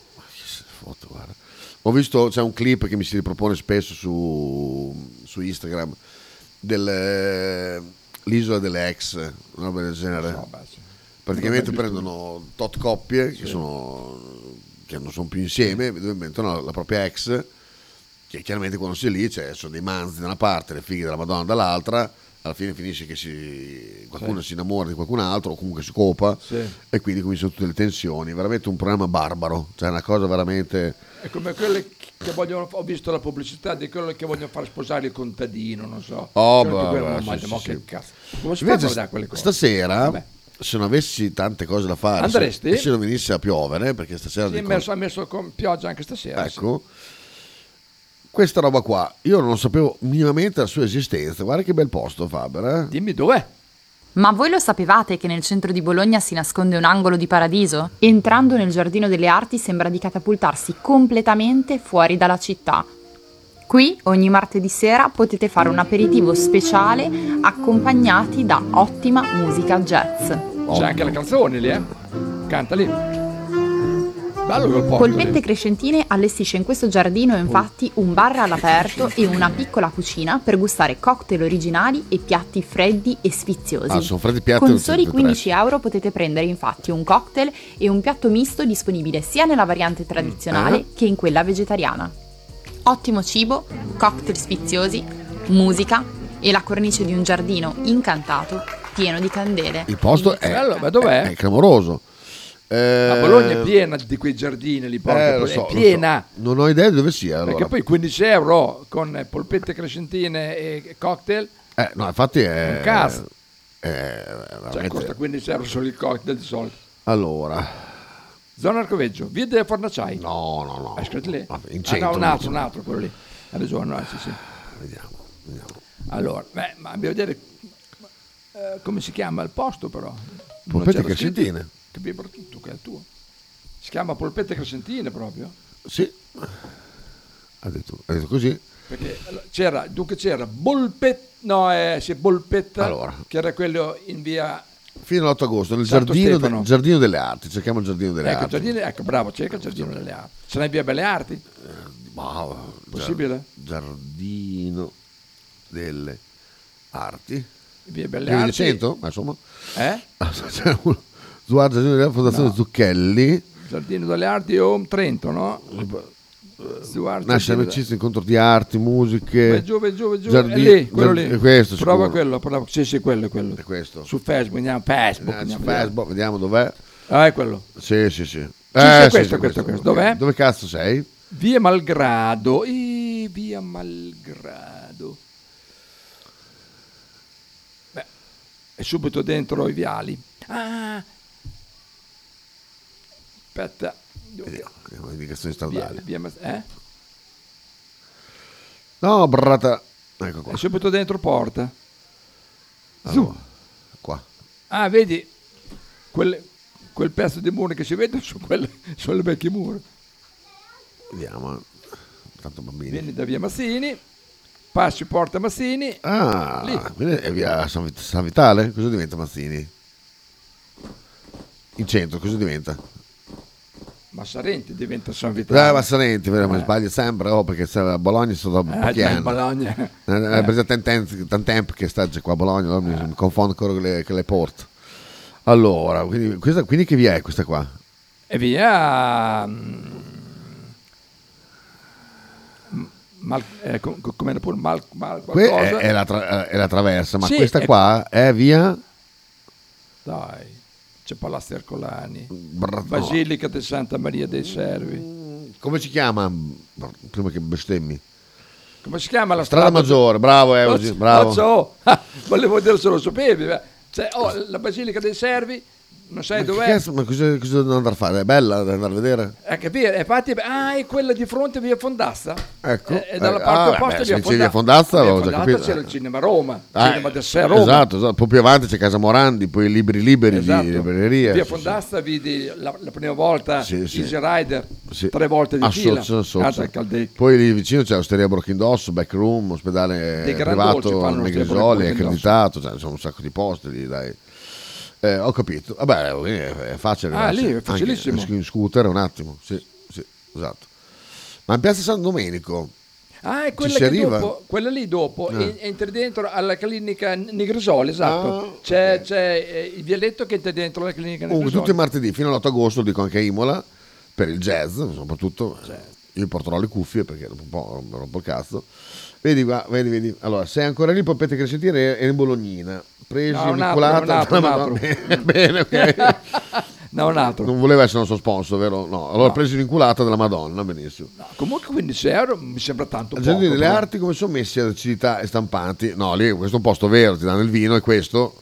Speaker 16: Ho visto, c'è un clip che mi si ripropone spesso su, su Instagram dell'isola delle ex, una roba del genere. Praticamente Non l'ho mai visto. prendono tot coppie che, sono, che non sono più insieme, dove mettono la propria ex, che chiaramente quando sei lì cioè, sono dei manzi da una parte, le fighe della Madonna dall'altra, alla fine finisce che si, qualcuno
Speaker 17: Sì.
Speaker 16: si innamora di qualcun altro o comunque si copa
Speaker 17: Sì.
Speaker 16: e quindi cominciano tutte le tensioni, veramente un programma barbaro, cioè una cosa veramente...
Speaker 17: È come quelle che vogliono. Ho visto la pubblicità di quello che vogliono far sposare il contadino, non so.
Speaker 16: Oh,
Speaker 17: Cioè,
Speaker 16: beh,
Speaker 17: anche quello
Speaker 16: beh,
Speaker 17: non
Speaker 16: sì,
Speaker 17: immagino,
Speaker 16: sì,
Speaker 17: ma
Speaker 16: sì.
Speaker 17: che cazzo. Come si fa a
Speaker 16: Invece
Speaker 17: guardare quelle cose?
Speaker 16: Stasera,
Speaker 17: Vabbè.
Speaker 16: se non avessi tante cose da fare, se-
Speaker 17: Andresti?
Speaker 16: e se non venisse a piovere, perché stasera...
Speaker 17: Sì,
Speaker 16: dico-
Speaker 17: messo- ha messo con pioggia anche stasera. Eh, sì.
Speaker 16: ecco, questa roba qua, io non sapevo minimamente la sua esistenza, guarda che bel posto Faber. Eh?
Speaker 17: Dimmi dov'è?
Speaker 22: Ma voi lo sapevate che nel centro di Bologna si nasconde un angolo di paradiso? Entrando nel Giardino delle Arti sembra di catapultarsi completamente fuori dalla città. Qui ogni martedì sera potete fare un aperitivo speciale accompagnati da ottima musica jazz.
Speaker 17: C'è anche la canzone lì, eh? Canta lì. Bello quel porto.
Speaker 22: Polpette Crescentine allestisce in questo giardino infatti un bar all'aperto e una piccola cucina per gustare cocktail originali e piatti freddi e sfiziosi.
Speaker 16: Ah, sono freddi piatti,
Speaker 22: Con
Speaker 16: non
Speaker 22: soli
Speaker 16: siete
Speaker 22: 15 euro potete prendere infatti un cocktail e un piatto misto disponibile sia nella variante tradizionale
Speaker 16: eh?
Speaker 22: che in quella vegetariana. ottimo cibo, cocktail spiziosi, musica e la cornice di un giardino incantato pieno di candele.
Speaker 16: Il posto è,
Speaker 17: Bello, ma dov'è?
Speaker 16: è, è clamoroso.
Speaker 17: La Bologna è piena di quei giardini lì, porca
Speaker 16: Eh, lo
Speaker 17: puttana,
Speaker 16: so,
Speaker 17: è piena.
Speaker 16: lo so. Non ho idea di dove sia.
Speaker 17: Perché
Speaker 16: Allora.
Speaker 17: poi 15 euro con polpette crescentine e cocktail, cioè,
Speaker 16: Eh, no, infatti è...
Speaker 17: Un cast.
Speaker 16: è veramente-
Speaker 17: cioè costa 15 euro solo il cocktail di solito.
Speaker 16: Allora,
Speaker 17: Zona Arcoveggio, via delle Fornaciai.
Speaker 16: No, no, no.
Speaker 17: Hai scritto lì?
Speaker 16: in
Speaker 17: ah,
Speaker 16: centro,
Speaker 17: no, un altro, un
Speaker 16: insomma.
Speaker 17: altro, quello lì. Ha ragione, no, sì, sì.
Speaker 16: Vediamo, vediamo.
Speaker 17: Allora, beh, ma andiamo a vedere eh, come si chiama il posto però. Non
Speaker 16: Polpette
Speaker 17: c'era scritto.
Speaker 16: crescentine.
Speaker 17: Capivo per tutto che è il tuo. Si chiama polpette crescentine proprio.
Speaker 16: sì, ha detto, ha detto così.
Speaker 17: Perché allora, c'era, dunque c'era Bolpetta, no, eh, sì, Bolpetta, che era quello in via...
Speaker 16: Fino all'8 agosto, nel
Speaker 17: Santo
Speaker 16: giardino,
Speaker 17: Stefano.
Speaker 16: del- Giardino delle Arti, cerchiamo il Giardino delle
Speaker 17: ecco,
Speaker 16: Arti.
Speaker 17: giardino, ecco, bravo, cerca il Giardino delle Arti. Ce n'è in via Belle Arti?
Speaker 16: Wow,
Speaker 17: Possibile?
Speaker 16: Giar- Giardino delle Arti.
Speaker 17: Via Belle
Speaker 16: Più di
Speaker 17: Arti.
Speaker 16: 100, ma insomma.
Speaker 17: Eh?
Speaker 16: Ah, C'era uno. Duarte, Giardino della Fondazione
Speaker 17: No.
Speaker 16: Zucchelli.
Speaker 17: Giardino delle Arti o un Trento, no? Stuart,
Speaker 16: Mm. Nasce amicizia, incontro di arti, musiche.
Speaker 17: Vai giù, vai giù, vai giù.
Speaker 16: Giardi-
Speaker 17: è lì, quello
Speaker 16: giard-
Speaker 17: lì.
Speaker 16: è questo,
Speaker 17: Prova
Speaker 16: sicuro.
Speaker 17: quello, prova. Sì, sì, quello, è quello.
Speaker 16: questo.
Speaker 17: Su Facebook, andiamo Facebook.
Speaker 16: Andiamo Eh, su
Speaker 17: andiamo,
Speaker 16: Facebook, vediamo dov'è.
Speaker 17: Ah, è quello.
Speaker 16: Sì, sì, Eh, sì.
Speaker 17: questo, questo, questo. Dov'è?
Speaker 16: Dove cazzo sei?
Speaker 17: Via Malgrado. E via Malgrado. Beh, è subito dentro i viali. Ah. Aspetta.
Speaker 16: Che Indicazioni stradali.
Speaker 17: Via, via, Mas- eh?
Speaker 16: No, brata. Ecco qua.
Speaker 17: È subito dentro porta.
Speaker 16: Allora, qua.
Speaker 17: Ah, vedi, quel, quel pezzo di muro che si vede sono, quelle, sono le vecchie mura.
Speaker 16: Vediamo. Tanto bambini.
Speaker 17: Vieni da via Massini, passi porta Massini.
Speaker 16: Ah,
Speaker 17: lì.
Speaker 16: quindi è via San, Vit- San Vitale? Cosa diventa Mazzini? In centro, cosa diventa?
Speaker 17: Massarenti diventa San Vitale.
Speaker 16: Ah, Massarenti, vero, ma sbaglio sempre, oh, perché se a Bologna sono dopo
Speaker 17: Eh,
Speaker 16: pochi
Speaker 17: già in
Speaker 16: anni.
Speaker 17: Bologna.
Speaker 16: Eh,
Speaker 17: Eh.
Speaker 16: perché tanto tanto tempo che sta già qua a Bologna, allora mi, mi confondo ancora con le, con le porte. Allora, quindi, questa, quindi che via è questa qua?
Speaker 17: E via... mm, Mal, eh, com- com- come era pure mal, mal
Speaker 16: Que- eh,
Speaker 17: qualcosa.
Speaker 16: è, è la tra- è la traversa, ma
Speaker 17: Sì,
Speaker 16: questa
Speaker 17: è-
Speaker 16: qua è via...
Speaker 17: Dai, c'è Palazzo Ercolani,
Speaker 16: Brr,
Speaker 17: Basilica di Santa Maria dei Servi.
Speaker 16: Come si chiama? Brr, Prima che bestemmi.
Speaker 17: Come si chiama la
Speaker 16: Strada
Speaker 17: strada?
Speaker 16: Maggiore, bravo Eusi,
Speaker 17: Lo-
Speaker 16: bravo.
Speaker 17: lo so. volevo dire se lo sapevi. ma- cioè, oh, la Basilica dei Servi, non sai
Speaker 16: Che
Speaker 17: eh, dov'è.
Speaker 16: cazzo, ma cosa, cosa devo andare a fare? È bella da andare a vedere?
Speaker 17: Eh, capire? E infatti, ah, è quella di fronte via Fondazza.
Speaker 16: Ecco.
Speaker 17: E, e dalla
Speaker 16: Eh, ah,
Speaker 17: parte
Speaker 16: beh,
Speaker 17: opposta
Speaker 16: se
Speaker 17: via
Speaker 16: dicevi via
Speaker 17: Fondazza.
Speaker 16: Fondazza,
Speaker 17: Via
Speaker 16: avevo già
Speaker 17: Fondazza
Speaker 16: capito.
Speaker 17: c'era il cinema Roma, il
Speaker 16: Ah,
Speaker 17: cinema
Speaker 16: eh,
Speaker 17: del Sé a Roma.
Speaker 16: Esatto, esatto, poi più avanti c'è Casa Morandi, poi i libri liberi
Speaker 17: Esatto.
Speaker 16: di libreria.
Speaker 17: Via
Speaker 16: sì,
Speaker 17: Fondazza vidi la, la prima volta
Speaker 16: Sì, sì.
Speaker 17: Easy Rider
Speaker 16: sì.
Speaker 17: tre volte di
Speaker 16: Ah,
Speaker 17: fila.
Speaker 16: Sozzo, Sozzo.
Speaker 17: Altre calde-
Speaker 16: Poi lì vicino c'è l'osteria Brochindosso, Backroom, ospedale
Speaker 17: Dei Gran Dolci
Speaker 16: privato
Speaker 17: fanno l'osteria
Speaker 16: Negrisoli, è
Speaker 17: Brochindosso.
Speaker 16: accreditato, cioè, sono un sacco di posti lì, dai. Eh, ho capito, vabbè, quindi è è facile.
Speaker 17: Ah,
Speaker 16: eh,
Speaker 17: lì è
Speaker 16: sì.
Speaker 17: facilissimo.
Speaker 16: Anche in scooter un attimo, sì, sì, esatto. Ma in piazza San Domenico,
Speaker 17: Ah, è
Speaker 16: Ci
Speaker 17: quella,
Speaker 16: si
Speaker 17: che
Speaker 16: arriva?
Speaker 17: dopo, quella lì dopo,
Speaker 16: Ah.
Speaker 17: en- entri dentro alla clinica Nigrisoli, esatto.
Speaker 16: Ah,
Speaker 17: c'è c'è, eh, il vialetto che entra dentro la clinica
Speaker 16: Comunque,
Speaker 17: Nigrisoli.
Speaker 16: Uh, tutti i martedì fino all'8 agosto, lo dico anche a Imola, per il jazz, soprattutto.
Speaker 17: Certo.
Speaker 16: Io porterò le cuffie perché dopo un po' rompo il cazzo. Vedi qua, vedi, vedi. Allora, sei ancora lì, Polpette Crescentine è in Bolognina. Presi,
Speaker 17: No, un altro, un
Speaker 16: vincolata.
Speaker 17: altro, un altro.
Speaker 16: Bene, bene, ok.
Speaker 17: No, un altro.
Speaker 16: Non voleva essere il nostro sponsor, vero? No. Allora,
Speaker 17: No.
Speaker 16: presi vincolata della Madonna, benissimo.
Speaker 17: Comunque 15 euro mi sembra tanto poco.
Speaker 16: Agenti delle
Speaker 17: però.
Speaker 16: arti come sono messi ad acidità e stampanti? No, lì questo è un posto vero, ti danno il vino e questo.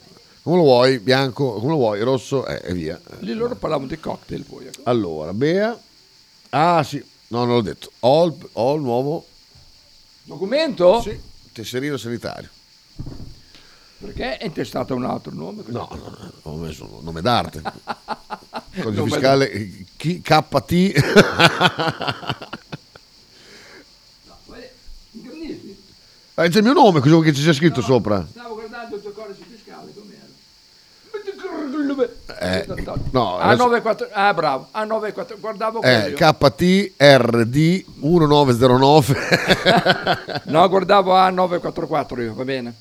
Speaker 16: Come lo vuoi, bianco, come lo vuoi, rosso eh, e via.
Speaker 17: Lì loro parlavano di cocktail poi. ecco.
Speaker 16: Allora, Bea. Ah, sì, no, non l'ho detto. Ho il, ho il nuovo
Speaker 17: Documento?
Speaker 16: tesserino sanitario.
Speaker 17: Perché è intestato un altro nome?
Speaker 16: No, no, no, ho messo un nome d'arte. Codice
Speaker 17: Nome
Speaker 16: fiscale eh, chi- KT. Eh, c'è il mio nome, cosa vuoi che ci sia scritto sopra?
Speaker 17: Stavo guardando il tuo codice fiscale, com'era?
Speaker 16: Eh, no, adesso-
Speaker 17: A94, ah bravo, A94, guardavo
Speaker 16: Eh,
Speaker 17: quello.
Speaker 16: KTRD 1909.
Speaker 17: no, guardavo A944 io, va bene.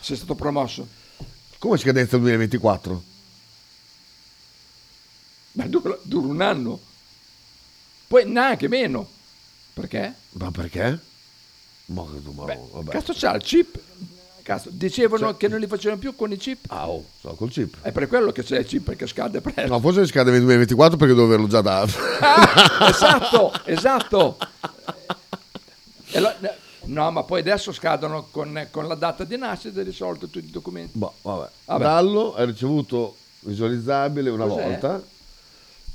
Speaker 17: Sei stato promosso.
Speaker 16: Come scadenza 2024?
Speaker 17: Ma dura, dura un anno. Poi neanche meno. Perché?
Speaker 16: Ma perché? Mo che tu, ma- vabbè.
Speaker 17: Cazzo c'ha il chip? Cazzo, dicevano che non li facevano più con i chip.
Speaker 16: Ah, oh, so, col chip. Eh,
Speaker 17: È per quello che c'è il chip perché scade presto.
Speaker 16: No, forse scade 22-24 perché devo averlo già dato.
Speaker 17: Ah, esatto, esatto. E lo- no, ma poi adesso scadono con, con la data di nascita e risolto tutti i documenti.
Speaker 16: Boh, vabbè.
Speaker 17: Vabbè.
Speaker 16: Dallo ha ricevuto visualizzabile una
Speaker 17: Cos'è?
Speaker 16: volta. Mi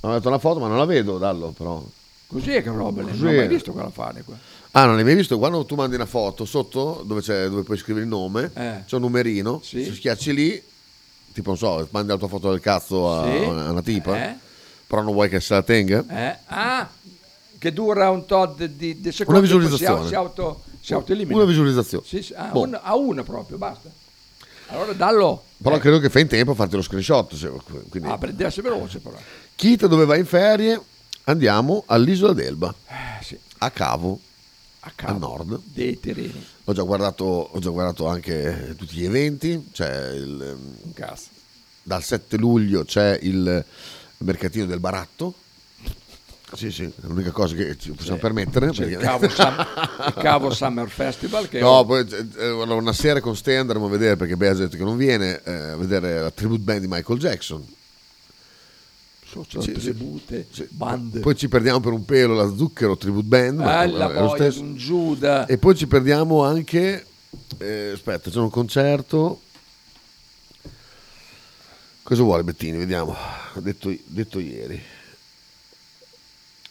Speaker 16: hanno dato una foto, ma non la vedo, Dallo, però.
Speaker 17: Così è che roba, lì, non ho
Speaker 16: Così.
Speaker 17: mai visto quella fare qua.
Speaker 16: Ah, non l'hai mai visto? Quando tu mandi una foto sotto, dove, c'è, dove puoi scrivere il nome,
Speaker 17: Eh.
Speaker 16: c'è un numerino, se schiacci lì, tipo non so, mandi la tua foto del cazzo a,
Speaker 17: Sì.
Speaker 16: a una tipa,
Speaker 17: Eh.
Speaker 16: però non vuoi che se la tenga.
Speaker 17: Eh? Ah, che dura un tot di, di secondi.
Speaker 16: Una
Speaker 17: poi
Speaker 16: visualizzazione.
Speaker 17: Si, au- si auto, si autoelimina.
Speaker 16: Una visualizzazione.
Speaker 17: Sì, sì, ah,
Speaker 16: Boh.
Speaker 17: un- a una proprio, basta. Allora dallo.
Speaker 16: Però credo che fai in tempo a farti lo screenshot. se- quindi-
Speaker 17: Ah, per deve essere veloce però.
Speaker 16: Chita dove vai in ferie? Andiamo all'isola d'Elba,
Speaker 17: Eh, sì.
Speaker 16: a Cavo,
Speaker 17: a,
Speaker 16: nord.
Speaker 17: Dei terreni.
Speaker 16: Ho già guardato, ho già guardato anche tutti gli eventi. C'è il, ehm, Dal 7 luglio c'è il mercatino del baratto. Sì, sì, è l'unica cosa che ci possiamo permettere.
Speaker 17: C'è il
Speaker 16: perché-
Speaker 17: Cavo, Sam- il Cavo Summer Festival che
Speaker 16: No, poi eh, eh, allora, una sera con Stan andremo a vedere perché Bea ha detto che non viene eh, a vedere la tribute band di Michael Jackson.
Speaker 17: sono
Speaker 16: sì, sì.
Speaker 17: tribute, bande.
Speaker 16: Poi ci perdiamo per un pelo la Zucchero tribute band. ma
Speaker 17: Ah,
Speaker 16: è
Speaker 17: la
Speaker 18: lo
Speaker 17: voglia di
Speaker 18: stesso.
Speaker 17: un Giuda.
Speaker 16: E poi ci perdiamo anche. eh, aspetta, c'è un concerto. Cosa vuole Bettini? Vediamo. Ha detto, detto ieri.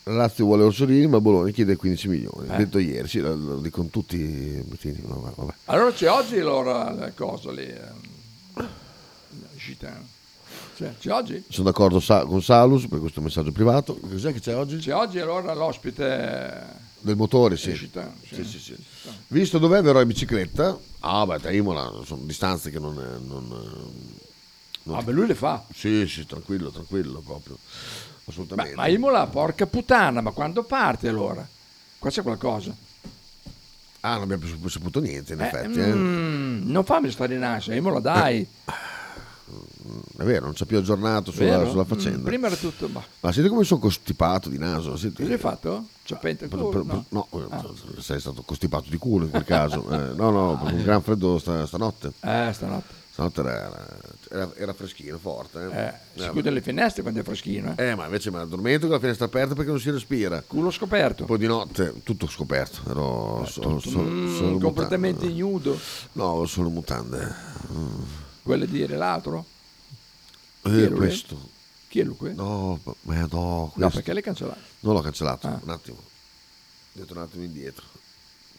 Speaker 16: La Lazio vuole Orsolini, ma Bologna chiede 15 milioni. Ha
Speaker 17: Eh.
Speaker 16: Detto ieri, sì, lo, lo dicono tutti. Bettini, ma va- vabbè.
Speaker 17: Allora c'è oggi l'ora la cosa lì. ehm, gitano. C'è, c'è oggi?
Speaker 16: Sono d'accordo sa- con Salus per questo messaggio privato. Cos'è che c'è oggi?
Speaker 17: C'è oggi allora l'ospite. eh,
Speaker 16: Del motore, sì.
Speaker 17: Gitano, sì.
Speaker 16: Visto dov'è, verrò in bicicletta. Ah, beh, da Imola sono distanze che non. eh, non,
Speaker 17: Ah, beh, lui le fa.
Speaker 16: Sì, sì, tranquillo, tranquillo proprio. Assolutamente.
Speaker 17: Ma Imola, porca puttana, ma quando parte allora? Qua c'è qualcosa.
Speaker 16: Ah, non abbiamo sap- saputo niente, in
Speaker 17: Eh,
Speaker 16: effetti. eh.
Speaker 17: mm, non fammi stare in ansia, Imola dai.
Speaker 16: È vero, non ci ha più aggiornato sulla,
Speaker 17: Vero?
Speaker 16: sulla
Speaker 17: Mm,
Speaker 16: faccenda.
Speaker 17: prima era tutto, ma
Speaker 16: Ma senti come sono costipato di naso? Senti,
Speaker 17: cosa hai fatto? C'è pente il
Speaker 16: Per-
Speaker 17: culo?
Speaker 16: Cioè, per-
Speaker 17: No. Ah.
Speaker 16: no, eh, sei stato costipato di culo in quel caso. Eh, no, no, perché un gran freddo sta- stanotte.
Speaker 17: Eh, stanotte.
Speaker 16: Stanotte era, era- era freschino, forte. Eh.
Speaker 17: Eh, si chiudono le finestre quando è freschino. Eh.
Speaker 16: Eh, ma invece mi addormento con la finestra aperta perché non si respira.
Speaker 17: Culo scoperto.
Speaker 16: Poi di notte tutto scoperto. Ero so- so-
Speaker 17: Mm,
Speaker 16: solo
Speaker 17: completamente
Speaker 16: mutande.
Speaker 17: ignudo.
Speaker 16: No, solo mutande. Mm.
Speaker 17: Quello di dire l'altro?
Speaker 16: Eh,
Speaker 17: Chi è lui?
Speaker 16: questo.
Speaker 17: Chi è lui? qui?
Speaker 16: No, ma- ma no, questo.
Speaker 17: No, perché Ah. l'hai cancellato?
Speaker 16: Non l'ho cancellato, un attimo. Devo tornare un attimo indietro.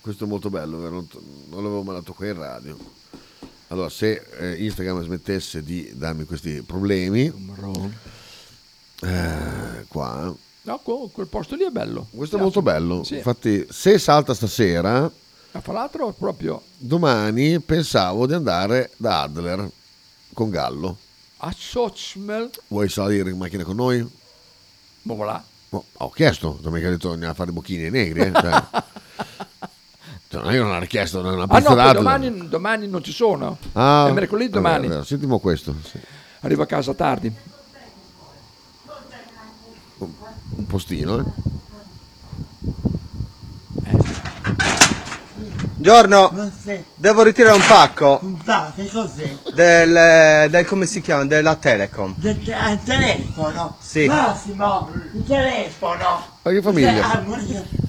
Speaker 16: Questo è molto bello, vero? non, non l'avevo mandato qui in radio. Allora, se eh, Instagram smettesse di darmi questi problemi... Eh, qua...
Speaker 17: No, que- quel posto lì è bello.
Speaker 16: Questo è molto bello.
Speaker 17: Sì.
Speaker 16: Infatti, se salta stasera,
Speaker 17: Ma fra l'altro proprio...
Speaker 16: domani pensavo di andare da Adler con Gallo.
Speaker 17: A Sochmel.
Speaker 16: Vuoi salire in macchina con noi?
Speaker 17: Ma voilà.
Speaker 16: No, Boh, ho chiesto, non mi ha detto andiamo a fare bocchini ai negri. Eh? Cioè, cioè, non è che non ha richiesto una
Speaker 17: Ah
Speaker 16: pizza
Speaker 17: no, poi
Speaker 16: d'Adler.
Speaker 17: domani, domani non ci sono.
Speaker 16: Ah,
Speaker 17: è mercoledì domani.
Speaker 16: è vero, sentimo questo. sì.
Speaker 17: Arrivo a casa tardi.
Speaker 16: Un postino. Eh.
Speaker 5: Giorno, devo ritirare un pacco
Speaker 13: Va, che cos'è?
Speaker 5: del, eh, del come si chiama? Della Telecom.
Speaker 13: Del te- al telefono?
Speaker 5: Sì.
Speaker 13: Massimo, il telefono!
Speaker 16: Ma che famiglia?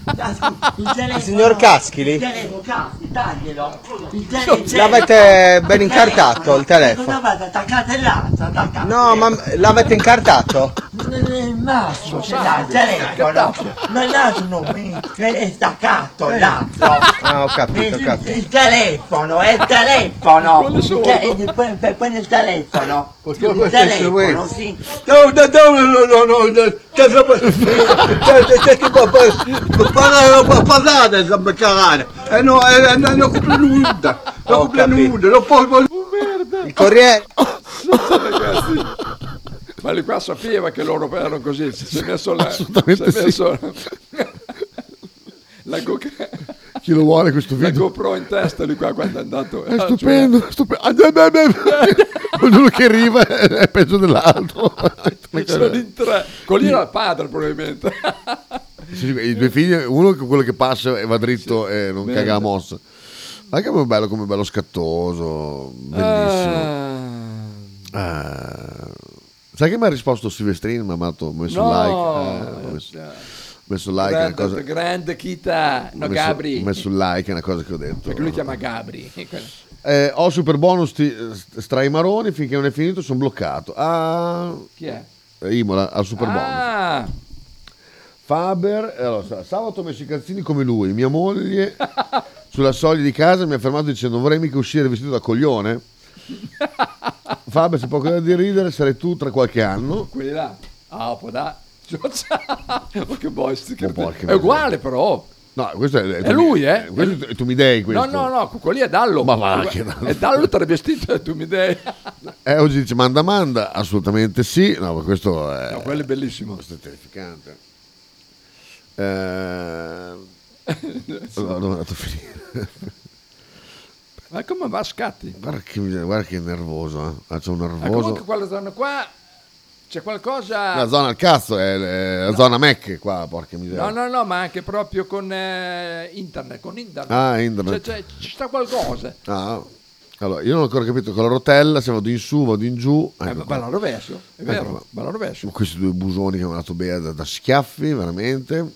Speaker 5: Ah,
Speaker 13: Il
Speaker 5: signor Caschili?
Speaker 13: Il telefono, cazzo, taglielo! Il
Speaker 5: Sì, L'avete ben incartato il
Speaker 13: Cosa
Speaker 5: telefono?
Speaker 13: fate? Attaccate là, attaccate!
Speaker 5: No, ma l'avete incartato?
Speaker 13: Massimo, ce l'ha
Speaker 17: eh,
Speaker 13: il telefono! Ma l'altro non mi... è staccato
Speaker 17: Eh,
Speaker 13: l'altro!
Speaker 5: Ah, ho capito, ho
Speaker 13: Il-
Speaker 5: capito.
Speaker 13: Il telefono, è il telefono! Cioè,
Speaker 5: Quello solo.
Speaker 13: Il te- pre- Prendi il telefono!
Speaker 5: quello stesso,
Speaker 13: Il telefono,
Speaker 5: voi.
Speaker 13: sì!
Speaker 5: No, no, no, no, no, no, no, che se può- che- che- che si può pa- parlare- pa- parlare, se mi chiamare. Eh no, eh, eh, no, non compro nulla, non compro nulla, non posso-
Speaker 16: Oh,
Speaker 5: Il corriere.
Speaker 17: Ma lui qua sapeva che loro erano così, si si è messo la...
Speaker 16: Assolutamente
Speaker 17: si è messo la, go-
Speaker 16: Chi lo vuole questo
Speaker 17: la cioè.
Speaker 16: video?
Speaker 17: GoPro in testa lui qua quando è andato... Ah,
Speaker 16: È stupendo, è stupendo. Ah, beh, beh, beh. Ognuno che arriva è peggio dell'altro.
Speaker 17: Sono in tre, con lì era il padre probabilmente.
Speaker 16: Sì, sì, I due figli, uno che è quello che passa e va dritto e non
Speaker 17: Bene.
Speaker 16: caga la mossa. Ma che è bello, come bello scattoso,
Speaker 17: Eh,
Speaker 16: bellissimo. Ah. Sai che mi ha risposto Silvestrini? Mi ha amato- mi ha messo
Speaker 17: No.
Speaker 16: like. eh, mi ha messo, mi ha messo like. è una
Speaker 17: grande,
Speaker 16: cosa-
Speaker 17: grande
Speaker 16: mi ha
Speaker 17: Kita, no
Speaker 16: messo-
Speaker 17: Gabri,
Speaker 16: Mi ha messo like, è una cosa che ho detto.
Speaker 17: perché lui chiama Gabri. Quello.
Speaker 16: Eh, ho super bonus ti- stra i maroni finché non è finito sono bloccato. Ah,
Speaker 17: Chi è?
Speaker 16: eh, Imola al super bonus.
Speaker 17: Ah,
Speaker 16: Faber, eh, allora, sa- sabato ho messo i calzini come lui, mia moglie sulla soglia di casa mi ha fermato dicendo vorrei mica uscire vestito da coglione. Faber, se poco da di ridere sarei tu tra qualche anno.
Speaker 17: quelli là. Ah, può da. Ma che boy, sti
Speaker 16: Oh, porca
Speaker 17: È uguale però.
Speaker 16: No, questo è,
Speaker 17: È lui, eh?
Speaker 16: Questo è tu mi dai questo.
Speaker 17: No, no, no, quello lì è Dallo.
Speaker 16: Ma va, che Dallo.
Speaker 17: È Dallo travestito da Tumidei.
Speaker 16: Eh, oggi dice manda manda, assolutamente sì. No, ma questo è...
Speaker 17: No, quello è bellissimo.
Speaker 16: Questo è terrificante. Eh, allora, dove è andato a finire?
Speaker 17: Ma come va a scatti?
Speaker 16: guarda, che, guarda che nervoso, eh. Ah, c'è un
Speaker 17: Ma
Speaker 16: nervoso.
Speaker 17: comunque quella zona qua c'è qualcosa...
Speaker 16: La zona al cazzo è, è la zona Mac qua, porca miseria.
Speaker 17: No, no, no, ma anche proprio con eh, internet, con internet.
Speaker 16: Ah, internet.
Speaker 17: Cioè, cioè, ci sta qualcosa.
Speaker 16: Ah, allora, io non ho ancora capito con la rotella se vado in su, vado in giù.
Speaker 17: Eh,
Speaker 16: Ecco
Speaker 17: ma
Speaker 16: qua.
Speaker 17: balla al rovescio, è vero,
Speaker 16: Ecco qua.
Speaker 17: balla al rovescio.
Speaker 16: Questi due busoni che mi hanno dato bea da, da schiaffi, veramente.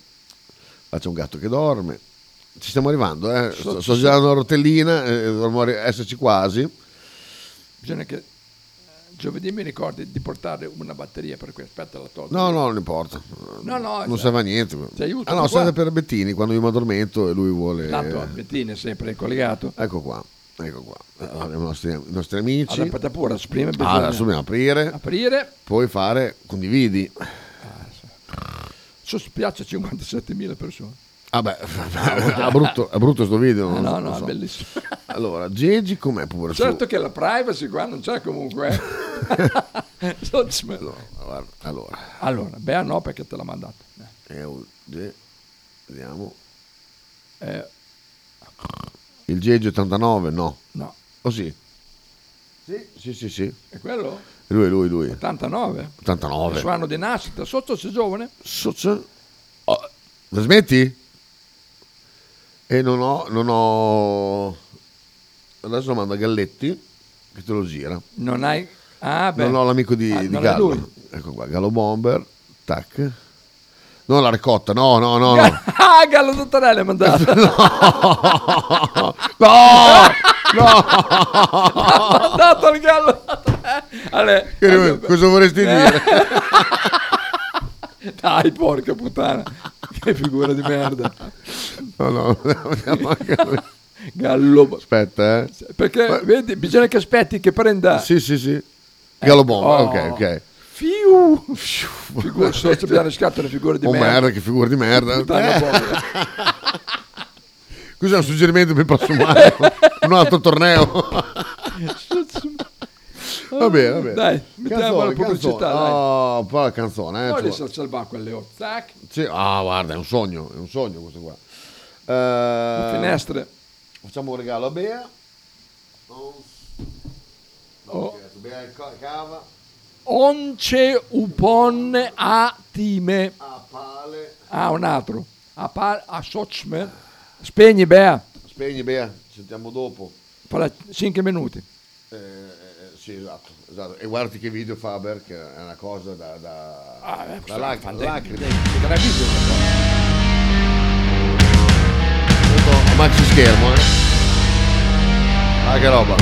Speaker 16: Là c'è un gatto che dorme. Ci stiamo arrivando, eh. Sto, sto girando la rotellina, eh, dovremmo arri- esserci quasi.
Speaker 17: Bisogna che eh, giovedì mi ricordi di portare una batteria per cui aspetta la tolgo.
Speaker 16: No, no, non importa.
Speaker 17: No, no,
Speaker 16: non
Speaker 17: cioè,
Speaker 16: serve a niente.
Speaker 17: ti aiuto
Speaker 16: ah no,
Speaker 17: qua.
Speaker 16: serve per Bettini quando io mi addormento e lui vuole...
Speaker 17: Tanto Bettini è sempre collegato.
Speaker 16: Ecco qua, ecco qua. Eh, abbiamo i nostri, i nostri amici.
Speaker 17: Allora, aspetta pure, adesso prima bisogna-
Speaker 16: Ah, adesso dobbiamo aprire.
Speaker 17: Aprire.
Speaker 16: Poi fare condividi.
Speaker 17: Ci spiace 57.000 persone.
Speaker 16: Ah beh, è brutto, è brutto sto video.
Speaker 17: Eh,
Speaker 16: non
Speaker 17: no,
Speaker 16: lo
Speaker 17: no,
Speaker 16: so.
Speaker 17: è bellissimo.
Speaker 16: Allora, Gigi com'è pure su?
Speaker 17: Certo che la privacy qua non c'è comunque. eh. Non ci metto.
Speaker 16: Guarda, Allora,
Speaker 17: Allora, Bea no perché te l'ha mandato.
Speaker 16: è un- Ge- vediamo.
Speaker 17: Eh,
Speaker 16: Il Gigi 89, no.
Speaker 17: No.
Speaker 16: Oh sì? Sì, sì, sì. sì.
Speaker 17: è quello?
Speaker 16: Lui, lui, lui.
Speaker 17: 89.
Speaker 16: 89.
Speaker 17: Il suo anno di nascita. Sotto sei giovane?
Speaker 16: Sotto. La Oh, smetti? E non ho, non ho... Adesso lo mando a Galletti che te lo gira.
Speaker 17: Non hai... Ah, beh.
Speaker 16: non ho l'amico di,
Speaker 17: Ah,
Speaker 16: di
Speaker 17: non è lui.
Speaker 16: Gallo. Ecco qua, Gallo Bomber. Tac. No, la ricotta, no, no, no, no.
Speaker 17: Ah, Gallo Dottorelli ha mandato.
Speaker 16: no! No!
Speaker 17: ha mandato il Gallo eh, Dottorelli. Allora,
Speaker 16: Che- Cosa vorresti dire?
Speaker 17: Dai, porca puttana. Che figura di merda.
Speaker 16: No, no, andiamo anche a lui.
Speaker 17: Gallo.
Speaker 16: Aspetta, eh.
Speaker 17: Perché, vedi, bisogna che aspetti che prenda...
Speaker 16: Sì, sì, sì. Gallo Bomber,
Speaker 17: Ah.
Speaker 16: ok,
Speaker 17: Oh.
Speaker 16: ok.
Speaker 17: Fiu! Figura, sotto abbiamo scattato figura di
Speaker 16: oh merda.
Speaker 17: merda.
Speaker 16: che figura di merda.
Speaker 17: Puttana
Speaker 16: Eh,
Speaker 17: povera.
Speaker 16: Questo è un suggerimento per il prossimo anno. un altro torneo. va bene, va bene.
Speaker 17: Dai, mettiamo la pubblicità, dai.
Speaker 16: Oh, poi la canzone, eh.
Speaker 17: Poi
Speaker 16: ci
Speaker 17: lì
Speaker 16: vuole.
Speaker 17: si salva quelle ore. Zac,
Speaker 16: Sì, ah, guarda, è un sogno, è un sogno questo qua. Eh,
Speaker 17: Le finestre.
Speaker 16: Facciamo un regalo a Bea. No,
Speaker 17: Oh.
Speaker 16: scherzo, Bea è ca- cava,
Speaker 17: Once upon a time.
Speaker 16: a pale.
Speaker 17: Ah, un altro. A, pa- a Sochme. Spegni, Bea.
Speaker 16: Spegni Bea, sentiamo dopo.
Speaker 17: Parla 5 minuti.
Speaker 16: Eh, eh, sì, esatto, esatto. E guardati che video Faber, che è una cosa da... da, da
Speaker 17: questo è
Speaker 16: lac-
Speaker 17: fantastico.
Speaker 16: lacrime.
Speaker 17: Meraviglioso.
Speaker 16: Questo è maxi schermo, eh. Ah, che roba.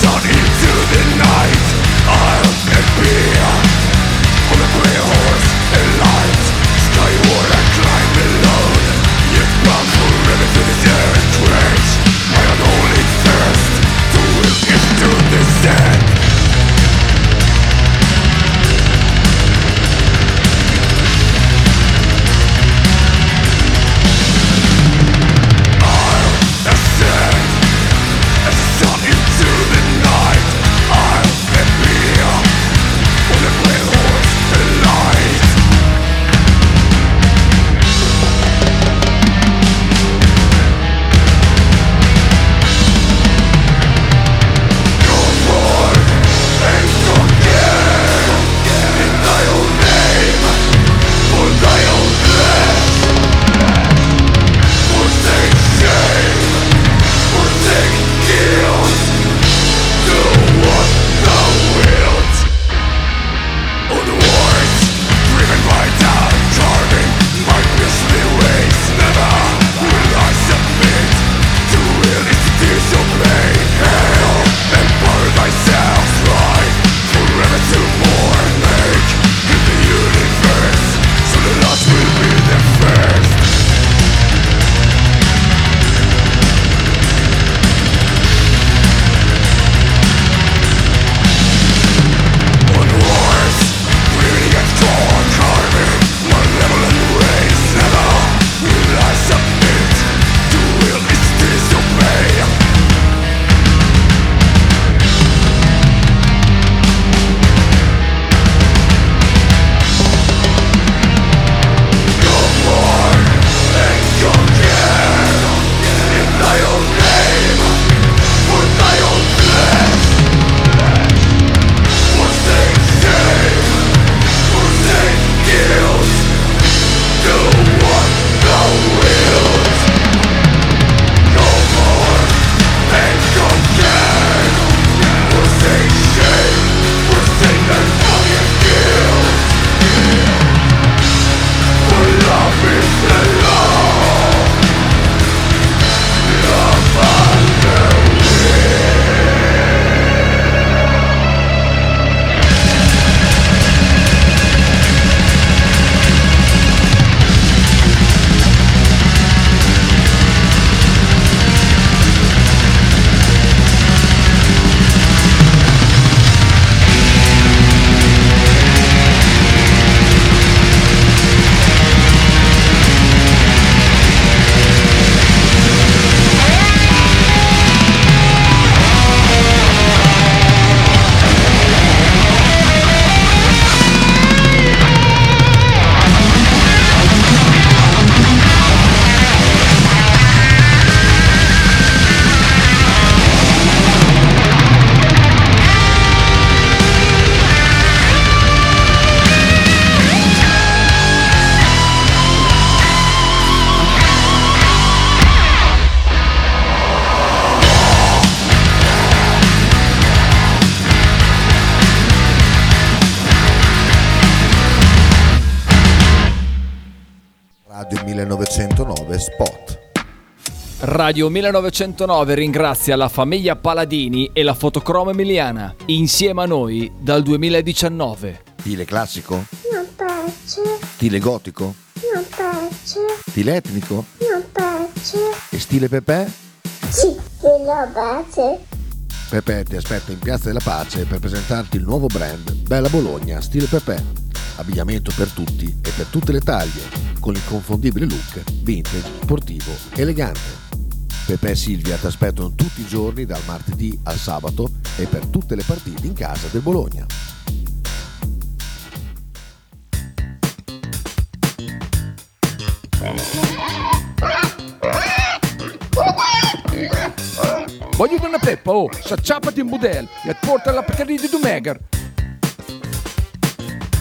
Speaker 2: Sunny to the night, I'll be
Speaker 23: spot.
Speaker 24: Radio 1909 ringrazia la famiglia Paladini e la fotocromo emiliana, insieme a noi dal 2019.
Speaker 23: Stile classico?
Speaker 25: non piace,
Speaker 23: Stile gotico?
Speaker 25: non piace,
Speaker 23: Stile etnico?
Speaker 25: non piace.
Speaker 23: E stile Pepe?
Speaker 25: Sì, quello piace.
Speaker 23: Pepe ti aspetta in Piazza della Pace per presentarti il nuovo brand Bella Bologna Stile Pepe. Abbigliamento per tutti e per tutte le taglie, con l'inconfondibile look vintage, sportivo, elegante. Pepe e Silvia ti aspettano tutti i giorni dal martedì al sabato e per tutte le partite in casa del Bologna.
Speaker 17: Voglio una peppa, oh, s'acciappati in budel e porta la Pcaridi di Dumegar.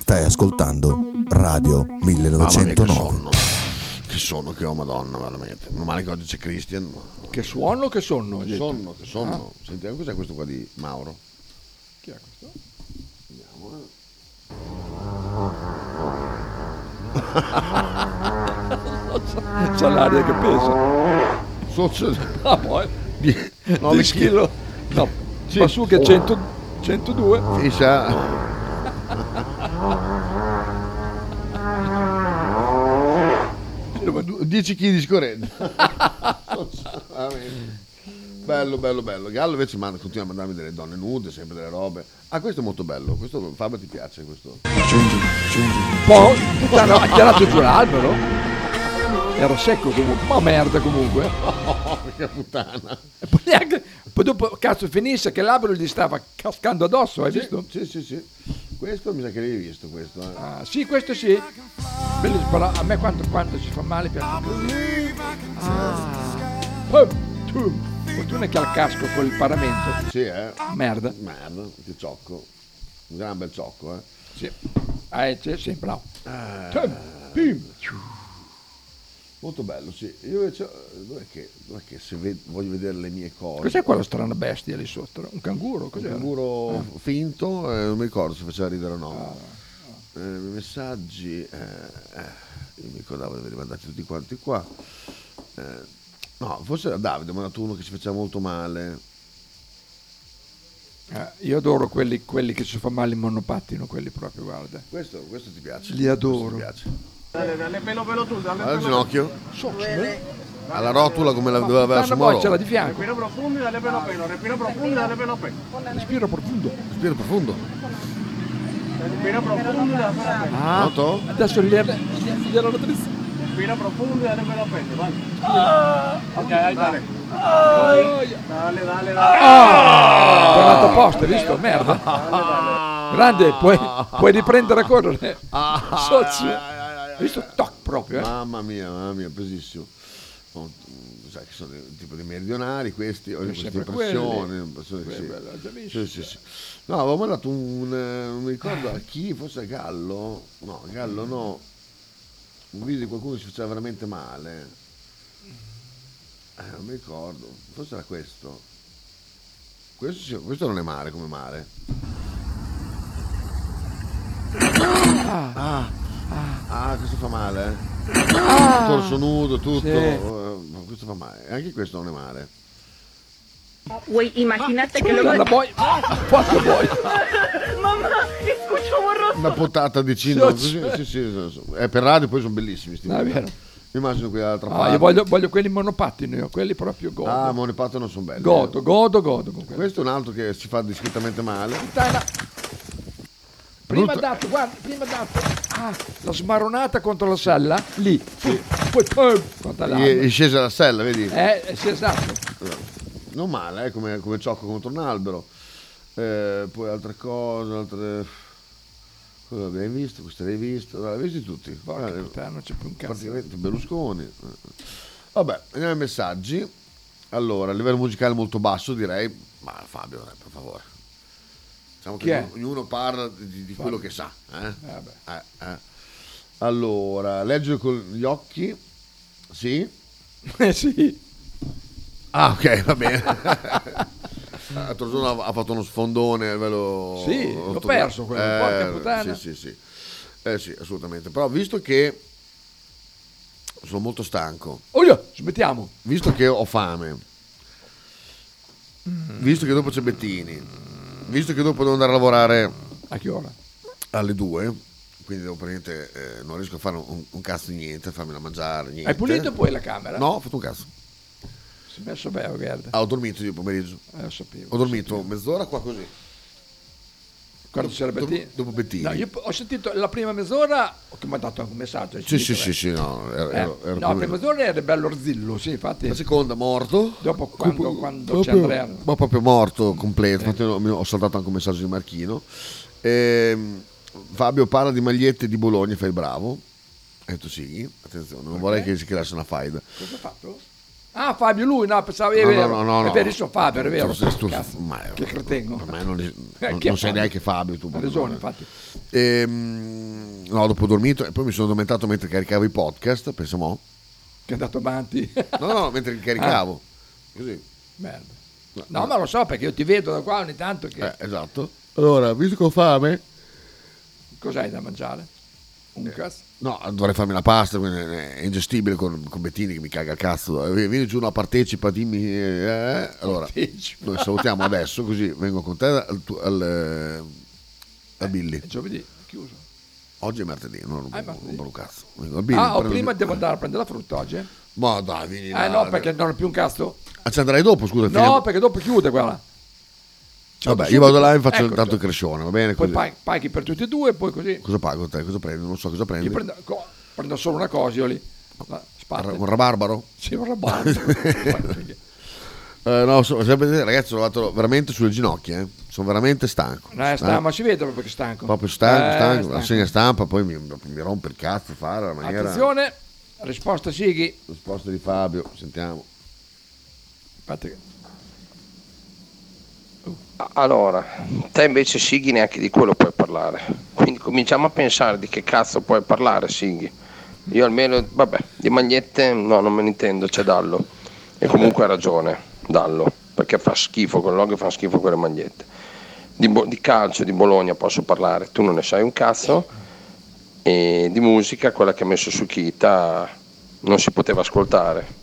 Speaker 16: Stai ascoltando Radio
Speaker 23: 1909.
Speaker 16: Che sonno che ho, madonna, veramente. Non male che oggi c'è Christian.
Speaker 17: Che suono che sonno? Ah.
Speaker 16: Che sonno, che sonno. Sentiamo cos'è questo qua di Mauro.
Speaker 17: Chi è questo?
Speaker 16: Vediamo. eh. eh.
Speaker 17: C'ha l'aria che pesa. Ah, poi.
Speaker 16: 9
Speaker 17: 10 kg. No, ma su
Speaker 16: Oh.
Speaker 17: che 100, 102.
Speaker 16: Du- 10 kg di scorretta. Veramente. bello, bello, bello. Gallo invece manda- continua a mandarmi delle donne nude, sempre delle robe. Ah, questo è molto bello. Questo Fabio ti piace questo.
Speaker 17: Poi, puttana, ha tirato giù l'albero. Era secco comunque, ma merda comunque.
Speaker 16: Oh, Porca puttana.
Speaker 17: E poi neanche- poi dopo, cazzo, finisse che l'albero gli stava cascando addosso, hai
Speaker 16: Sì,
Speaker 17: visto?
Speaker 16: Sì, sì, sì. Questo mi sa che l'hai visto questo. eh.
Speaker 17: Ah, sì, questo sì. Bellissimo, però a me quanto, quanto ci fa male per Ah. Pum, tum. Fortuna che ha il casco col paramento.
Speaker 16: Sì, eh.
Speaker 17: Merda.
Speaker 16: Merda, che ciocco. Un gran bel ciocco, eh.
Speaker 17: Sì. Ah, eh, sì, sì, bravo. Tum,
Speaker 16: Ah.
Speaker 17: pim.
Speaker 16: Molto bello, sì. Io invece, eh, dov'è che, dov'è che se ved- voglio vedere le mie cose...
Speaker 17: Cos'è quella strana bestia lì sotto? Un canguro?
Speaker 16: Un
Speaker 17: Cos'era? Ah.
Speaker 16: canguro finto, eh, non mi ricordo se faceva ridere o no.
Speaker 17: ah.
Speaker 16: Eh, messaggi, eh, eh, io mi ricordavo di averli mandati tutti quanti qua. Eh, no, forse era Davide, ma mandato uno che si faceva molto male.
Speaker 17: Eh, io adoro quelli, quelli che si fa male in monopattino, quelli proprio, guarda.
Speaker 16: Questo, questo ti piace?
Speaker 17: Li adoro.
Speaker 16: Questo ti piace.
Speaker 13: Dale, dale, pelo, pelo tú, dale.
Speaker 16: Guarda il ginocchio,
Speaker 13: Respira
Speaker 16: alla rotula come la doveva avere su Moro.
Speaker 17: c'era di fianco.
Speaker 13: profundo y dale pelo, pelo. Respira profundo y dale pelo, pelo.
Speaker 17: Respiro profondo.
Speaker 16: Respiro profondo.
Speaker 13: Respira profundo y dale pelo, pelo.
Speaker 16: Noto?
Speaker 17: Adesso gli era la triste.
Speaker 13: Respira profundo y dale pelo, pelo. Vale.
Speaker 17: Ah!
Speaker 13: Ok, ahí dale. Dale, dale, dale.
Speaker 17: Ah! Tornato a posto, hai visto? Merda. Grande, puoi, puoi riprendere a correre.
Speaker 13: Ah.
Speaker 17: Sozzi. Hai visto? Toc proprio, eh.
Speaker 16: Mamma mia, mamma mia, pesissimo. Oh, mm, Sai che sono dei- tipo dei meridionali questi, ho questa
Speaker 17: sempre
Speaker 16: impressione.
Speaker 17: quelli.
Speaker 16: impressione che
Speaker 17: Quelli, l'ho già
Speaker 16: sì. Sì,
Speaker 17: visto.
Speaker 16: sì, sì. No, avevo mandato un, eh, non mi ricordo a chi, forse a Gallo, no, a Gallo no, un video di qualcuno che si faceva veramente male. Eh, non mi ricordo, forse era questo. Questo, sì, questo non è male come male.
Speaker 17: Ah,
Speaker 16: Ah, ah, questo fa male, eh?
Speaker 17: Ah.
Speaker 16: Torso nudo, tutto.
Speaker 17: Sì.
Speaker 16: eh, ma questo fa male. Anche questo non è male.
Speaker 10: Güey, imagínate que luego...
Speaker 16: La boy-
Speaker 17: Porca boia.
Speaker 10: Mamá, escucho borroso.
Speaker 16: Una potata di cinno.
Speaker 17: Sì,
Speaker 16: Sì,
Speaker 17: sì.
Speaker 16: sì, sì, sì, sì. Eh, per radio poi sono bellissimi sti
Speaker 17: No, è
Speaker 16: video.
Speaker 17: vero.
Speaker 16: Io Mi immagino qui dall'altra
Speaker 17: Ah,
Speaker 16: parte.
Speaker 17: io voglio, voglio quelli monopattini, io, quelli proprio godo.
Speaker 16: Ah, monopatto non sono belli.
Speaker 17: Godo, godo, godo. con quelli.
Speaker 16: Questo è un altro che si fa discretamente male.
Speaker 17: Prima
Speaker 16: Brutto.
Speaker 17: dato, guarda, prima dato. Ah, la smaronata contro la sella, lì. Poi, poi, guarda là.
Speaker 16: Gli è, è scesa la sella, vedi?
Speaker 17: Eh, eh, sì, esatto.
Speaker 16: Non male, eh, come, come ciocco contro un albero. Eh, poi altre cose, altre... Cosa abbiamo visto? Queste l'hai visto? L'hai visto tutti? Guarda,
Speaker 17: non c'è più un cazzo.
Speaker 16: Praticamente Berlusconi. Vabbè, andiamo ai messaggi. Allora, a livello musicale molto basso direi, ma Fabio, dai, per favore. Diciamo
Speaker 17: Chi
Speaker 16: che
Speaker 17: è?
Speaker 16: ognuno, ognuno parla di, di quello che sa. eh? Eh, eh. Allora, leggere con gli occhi. Sì?
Speaker 17: Eh, sì.
Speaker 16: Ah, ok, va bene. L'altro giorno ha ha fatto uno sfondone a livello...
Speaker 17: Sì, l'ho
Speaker 16: ortogra-
Speaker 17: perso quello, porca puttana.
Speaker 16: Eh, Sì, sì, sì. Eh sì, assolutamente. Però visto che sono molto stanco,
Speaker 17: Oh, io, smettiamo.
Speaker 16: visto che ho fame, visto che dopo c'è Bettini, visto che dopo devo andare a lavorare
Speaker 17: a che ora?
Speaker 16: Alle 2, quindi devo praticamente eh, non riesco a fare un, un cazzo di niente, farmi da mangiare, niente.
Speaker 17: pulito poi la camera?
Speaker 16: No, ho fatto un cazzo.
Speaker 17: Si è messo bene, oh, guarda. Eh,
Speaker 16: Ah, ho dormito io pomeriggio. Ho dormito mezz'ora qua così.
Speaker 17: Quando c'era
Speaker 16: Dopo-
Speaker 17: Bettini?
Speaker 16: Dopo Bettini.
Speaker 17: No, io ho sentito la prima mezz'ora che mi ha dato anche un messaggio.
Speaker 16: Sì,
Speaker 17: ci
Speaker 16: sì,
Speaker 17: dico,
Speaker 16: sì,
Speaker 17: eh.
Speaker 16: sì, no, ero,
Speaker 17: Eh,
Speaker 16: ero- ero
Speaker 17: no, la
Speaker 16: più-
Speaker 17: prima mezz'ora era bello Orzillo, sì, infatti. La
Speaker 16: seconda morto.
Speaker 17: Dopo quando, quando Eh. c'è
Speaker 16: proprio-
Speaker 17: Andrea.
Speaker 16: ma proprio morto completo. Infatti ho- mi- ho saltato anche un messaggio di Marchino. Ehm, Fabio parla di magliette di Bologna, fai il bravo. Ho detto sì, attenzione, non vorrei che si creasse una faida.
Speaker 17: Cosa ha fatto? Ah, Fabio, lui, no, pensavo, è
Speaker 16: No, no,
Speaker 17: vero.
Speaker 16: no, no,
Speaker 17: è
Speaker 16: no.
Speaker 17: vero, io sono Fabio, è vero.
Speaker 16: Tu sei- tu-
Speaker 17: Cazzo,
Speaker 16: ma-
Speaker 17: che cretengo.
Speaker 16: Per me non, li-
Speaker 17: Eh,
Speaker 16: non-
Speaker 17: chi è
Speaker 16: non sei
Speaker 17: Fabio?
Speaker 16: neanche Fabio tu.
Speaker 17: Ha ragione, infatti.
Speaker 16: Ehm, no, dopo ho dormito e poi mi sono addormentato mentre caricavo i podcast, pensiamo.
Speaker 17: Che è andato avanti.
Speaker 16: No, no, mentre li caricavo. Ah. Così.
Speaker 17: Merda. No, ma lo so perché io ti vedo da qua ogni tanto che...
Speaker 16: Eh, esatto. Allora, visto che ho fame,
Speaker 17: Cos'hai da mangiare?
Speaker 16: Eh.
Speaker 17: Un cazzo?
Speaker 16: No, dovrei farmi la pasta, quindi è ingestibile con, con Bettini che mi caga il cazzo. Eh, Vieni giù, no, partecipa, dimmi. eh. Allora, noi salutiamo adesso, così vengo con te al, tu- al, eh, a Billy.
Speaker 17: Giovedì, chiuso.
Speaker 16: Oggi è martedì, non rompo
Speaker 17: Ah, è martedì.
Speaker 16: non rompo un cazzo. Vengo al Billy.
Speaker 17: ah, oh,
Speaker 16: prendo-
Speaker 17: prima devo andare a prendere la frutta oggi? Eh,
Speaker 16: Ma dai, vieni là.
Speaker 17: Eh, no, perché non ho più un cazzo.
Speaker 16: Ah, ci andrai dopo, scusa.
Speaker 17: No,
Speaker 16: finiamo-
Speaker 17: perché dopo chiude quella.
Speaker 16: Vabbè, io vado là e faccio
Speaker 17: Ecco,
Speaker 16: tanto il crescione, va bene? Così.
Speaker 17: Poi pa- paghi per tutti e due, poi così.
Speaker 16: Cosa pago te? Cosa prendo? Non so cosa prendi.
Speaker 17: Io prendo, co- prendo solo una cosa io lì. La spalla.
Speaker 16: Un rabarbaro?
Speaker 17: Sì, un rabarbaro.
Speaker 16: Eh, no, so- sapete, ragazzi, sono andato veramente sulle ginocchia. eh. Sono veramente stanco.
Speaker 17: Eh, sta-
Speaker 16: Stanco.
Speaker 17: ma si vede proprio che è stanco.
Speaker 16: proprio stanco,
Speaker 17: Eh,
Speaker 16: stanco, la segna stampa, poi mi, mi rompe il cazzo fare la maniera.
Speaker 17: Attenzione, risposta Sighi.
Speaker 16: Risposta di Fabio, sentiamo.
Speaker 17: Aspetta che-
Speaker 19: Allora, te invece Sighi neanche di quello puoi parlare. Quindi cominciamo a pensare di che cazzo puoi parlare Sighi. Io almeno, vabbè, di magliette no, non me ne intendo, c'è Dallo. E comunque ha ragione, Dallo, perché fa schifo quel logo, e fa schifo quelle magliette. Di, Bo- di calcio, di Bologna posso parlare, tu non ne sai un cazzo. E di musica, quella che ha messo su Kita, non si poteva ascoltare.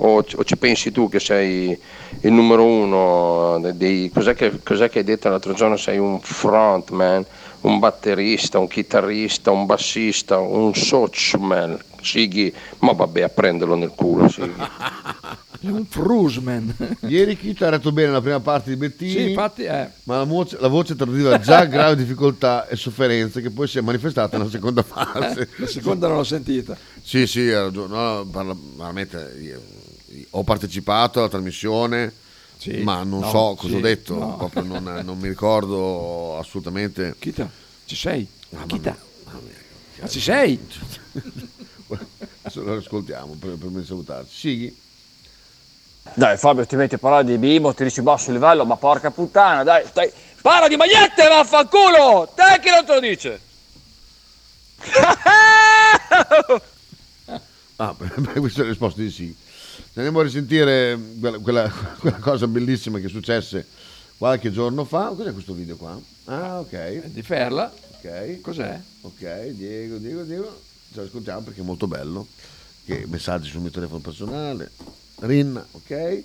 Speaker 19: O, ci- o ci pensi tu che sei il numero uno de- dei... Cos'è che, cos'è che hai detto l'altro giorno? Sei un frontman, un batterista, un chitarrista, un bassista, un sociman. Sighi, ma vabbè, a prenderlo nel culo, Sighi.
Speaker 17: È un frusman.
Speaker 16: Ieri Kita ha retto bene la prima parte di Bettini,
Speaker 17: Sì, infatti, eh.
Speaker 16: ma la, voce- la voce tradiva già grave difficoltà e sofferenze che poi si è manifestata nella seconda fase.
Speaker 17: La seconda non l'ho sentita.
Speaker 16: Sì, sì, ha ragione. No, parla- veramente, io- io ho partecipato alla trasmissione,
Speaker 17: Sì.
Speaker 16: ma non
Speaker 17: No,
Speaker 16: so cosa
Speaker 17: sì,
Speaker 16: ho detto,
Speaker 17: no.
Speaker 16: proprio non, non mi ricordo assolutamente.
Speaker 17: Kita, ci sei? Kita.
Speaker 16: Ma
Speaker 17: ci sei?
Speaker 16: Adesso lo ascoltiamo per, per me salutarci. Sighi?
Speaker 15: Dai Fabio, ti metti a parlare di bimbo, ti dici basso livello, ma porca puttana, dai, stai... Parla di magliette, vaffanculo! Te che non te lo dice!
Speaker 16: Ah, beh, questa è la risposta di sì. Se Andiamo a risentire quella, quella- quella cosa bellissima che successe qualche giorno fa. Cos'è questo video qua? Ah, ok.
Speaker 17: Di Ferla.
Speaker 16: Ok.
Speaker 17: Cos'è?
Speaker 16: Ok, Diego, Diego, Diego. Ce l'ascoltiamo perché è molto bello. Che messaggi sul mio telefono personale. Rinna, ok. E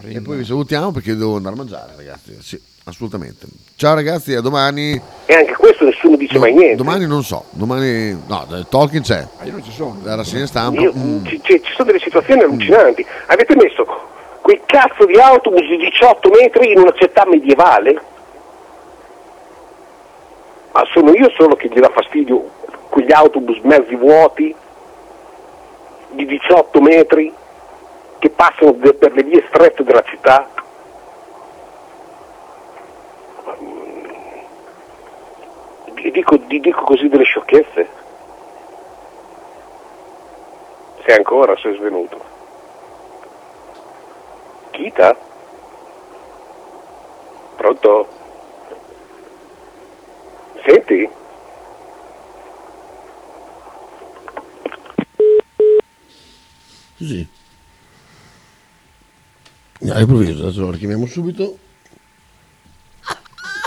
Speaker 17: Rinna.
Speaker 16: poi vi salutiamo perché devo andare a mangiare, ragazzi. Sì. assolutamente. Ciao ragazzi, a domani.
Speaker 4: E anche questo nessuno dice
Speaker 16: Do-
Speaker 4: mai niente.
Speaker 16: Domani non so, domani no, del Tolkien c'è,
Speaker 17: Ah, io non ci sono.
Speaker 16: la rassegna stampa.
Speaker 4: Io-
Speaker 16: mm.
Speaker 4: ci, ci- ci sono delle situazioni allucinanti. Avete messo quei cazzo di autobus di 18 metri in una città medievale? Ma sono io solo che gli dà fastidio quegli autobus mezzi vuoti di 18 metri che passano de- per le vie strette della città? Ma, mm, vi Dico, vi dico così delle sciocchezze. Se ancora sei svenuto. Chita? Pronto? Senti?
Speaker 16: Così. No, All'improvviso, adesso lo richiamiamo subito.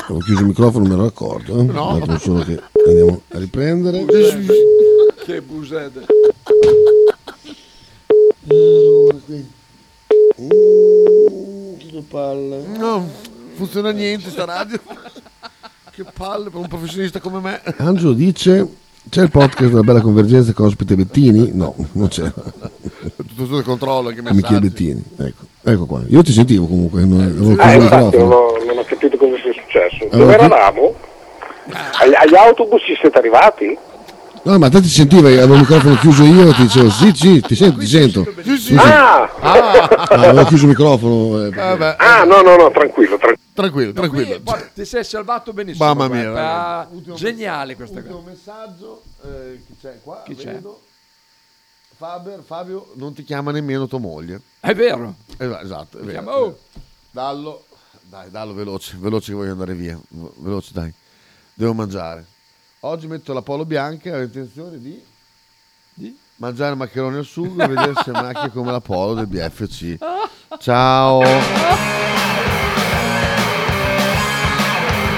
Speaker 16: Avevo chiuso il microfono, me lo accorto. eh.
Speaker 17: No.
Speaker 16: Un attimo solo che andiamo a riprendere.
Speaker 17: Che busede.
Speaker 16: Che palle. No, funziona niente sta radio. che palle per un professionista come me. Angelo dice: C'è il podcast della Bella Convergenza con ospite Bettini? No, non c'è. Tutto sotto controllo che Michele messaggio. Bettini, ecco, ecco qua. Io ti sentivo comunque, non avevo chiuso
Speaker 4: Ah,
Speaker 16: il
Speaker 4: infatti non
Speaker 16: microfono.
Speaker 4: ho, non ho capito cosa sia successo.
Speaker 16: Allora,
Speaker 4: Dove eravamo?
Speaker 17: Ah.
Speaker 4: Agli, agli autobus ci siete arrivati?
Speaker 16: No, ma te ti sentivi, avevo il microfono chiuso io, ti dicevo sì, sì, ti sento, ti sento. Sì, sì.
Speaker 4: Ah!
Speaker 16: Ah, avevo chiuso il microfono. eh.
Speaker 4: Ah, no, no, no, tranquillo, tranquillo.
Speaker 16: Tranquillo,
Speaker 17: No, qui,
Speaker 16: tranquillo.
Speaker 17: guarda, ti sei salvato benissimo.
Speaker 16: Mamma mia,
Speaker 17: guarda.
Speaker 16: ragazzi.
Speaker 17: Ah, geniale questa cosa.
Speaker 16: messaggio, chi c'è qua?
Speaker 17: Chi c'è?
Speaker 16: Faber, Fabio, non ti chiama nemmeno tua moglie.
Speaker 17: È vero.
Speaker 16: Eh, Esatto, è
Speaker 17: Mi
Speaker 16: vero.
Speaker 17: chiama, "Oh".
Speaker 16: Dallo, dai, dallo veloce, veloce che voglio andare via. V- Veloce, dai. Devo mangiare. Oggi metto la polo bianca e ho intenzione di... Mangiare maccheroni al sugo e vedere se macchia come la polo del BFC. Ciao.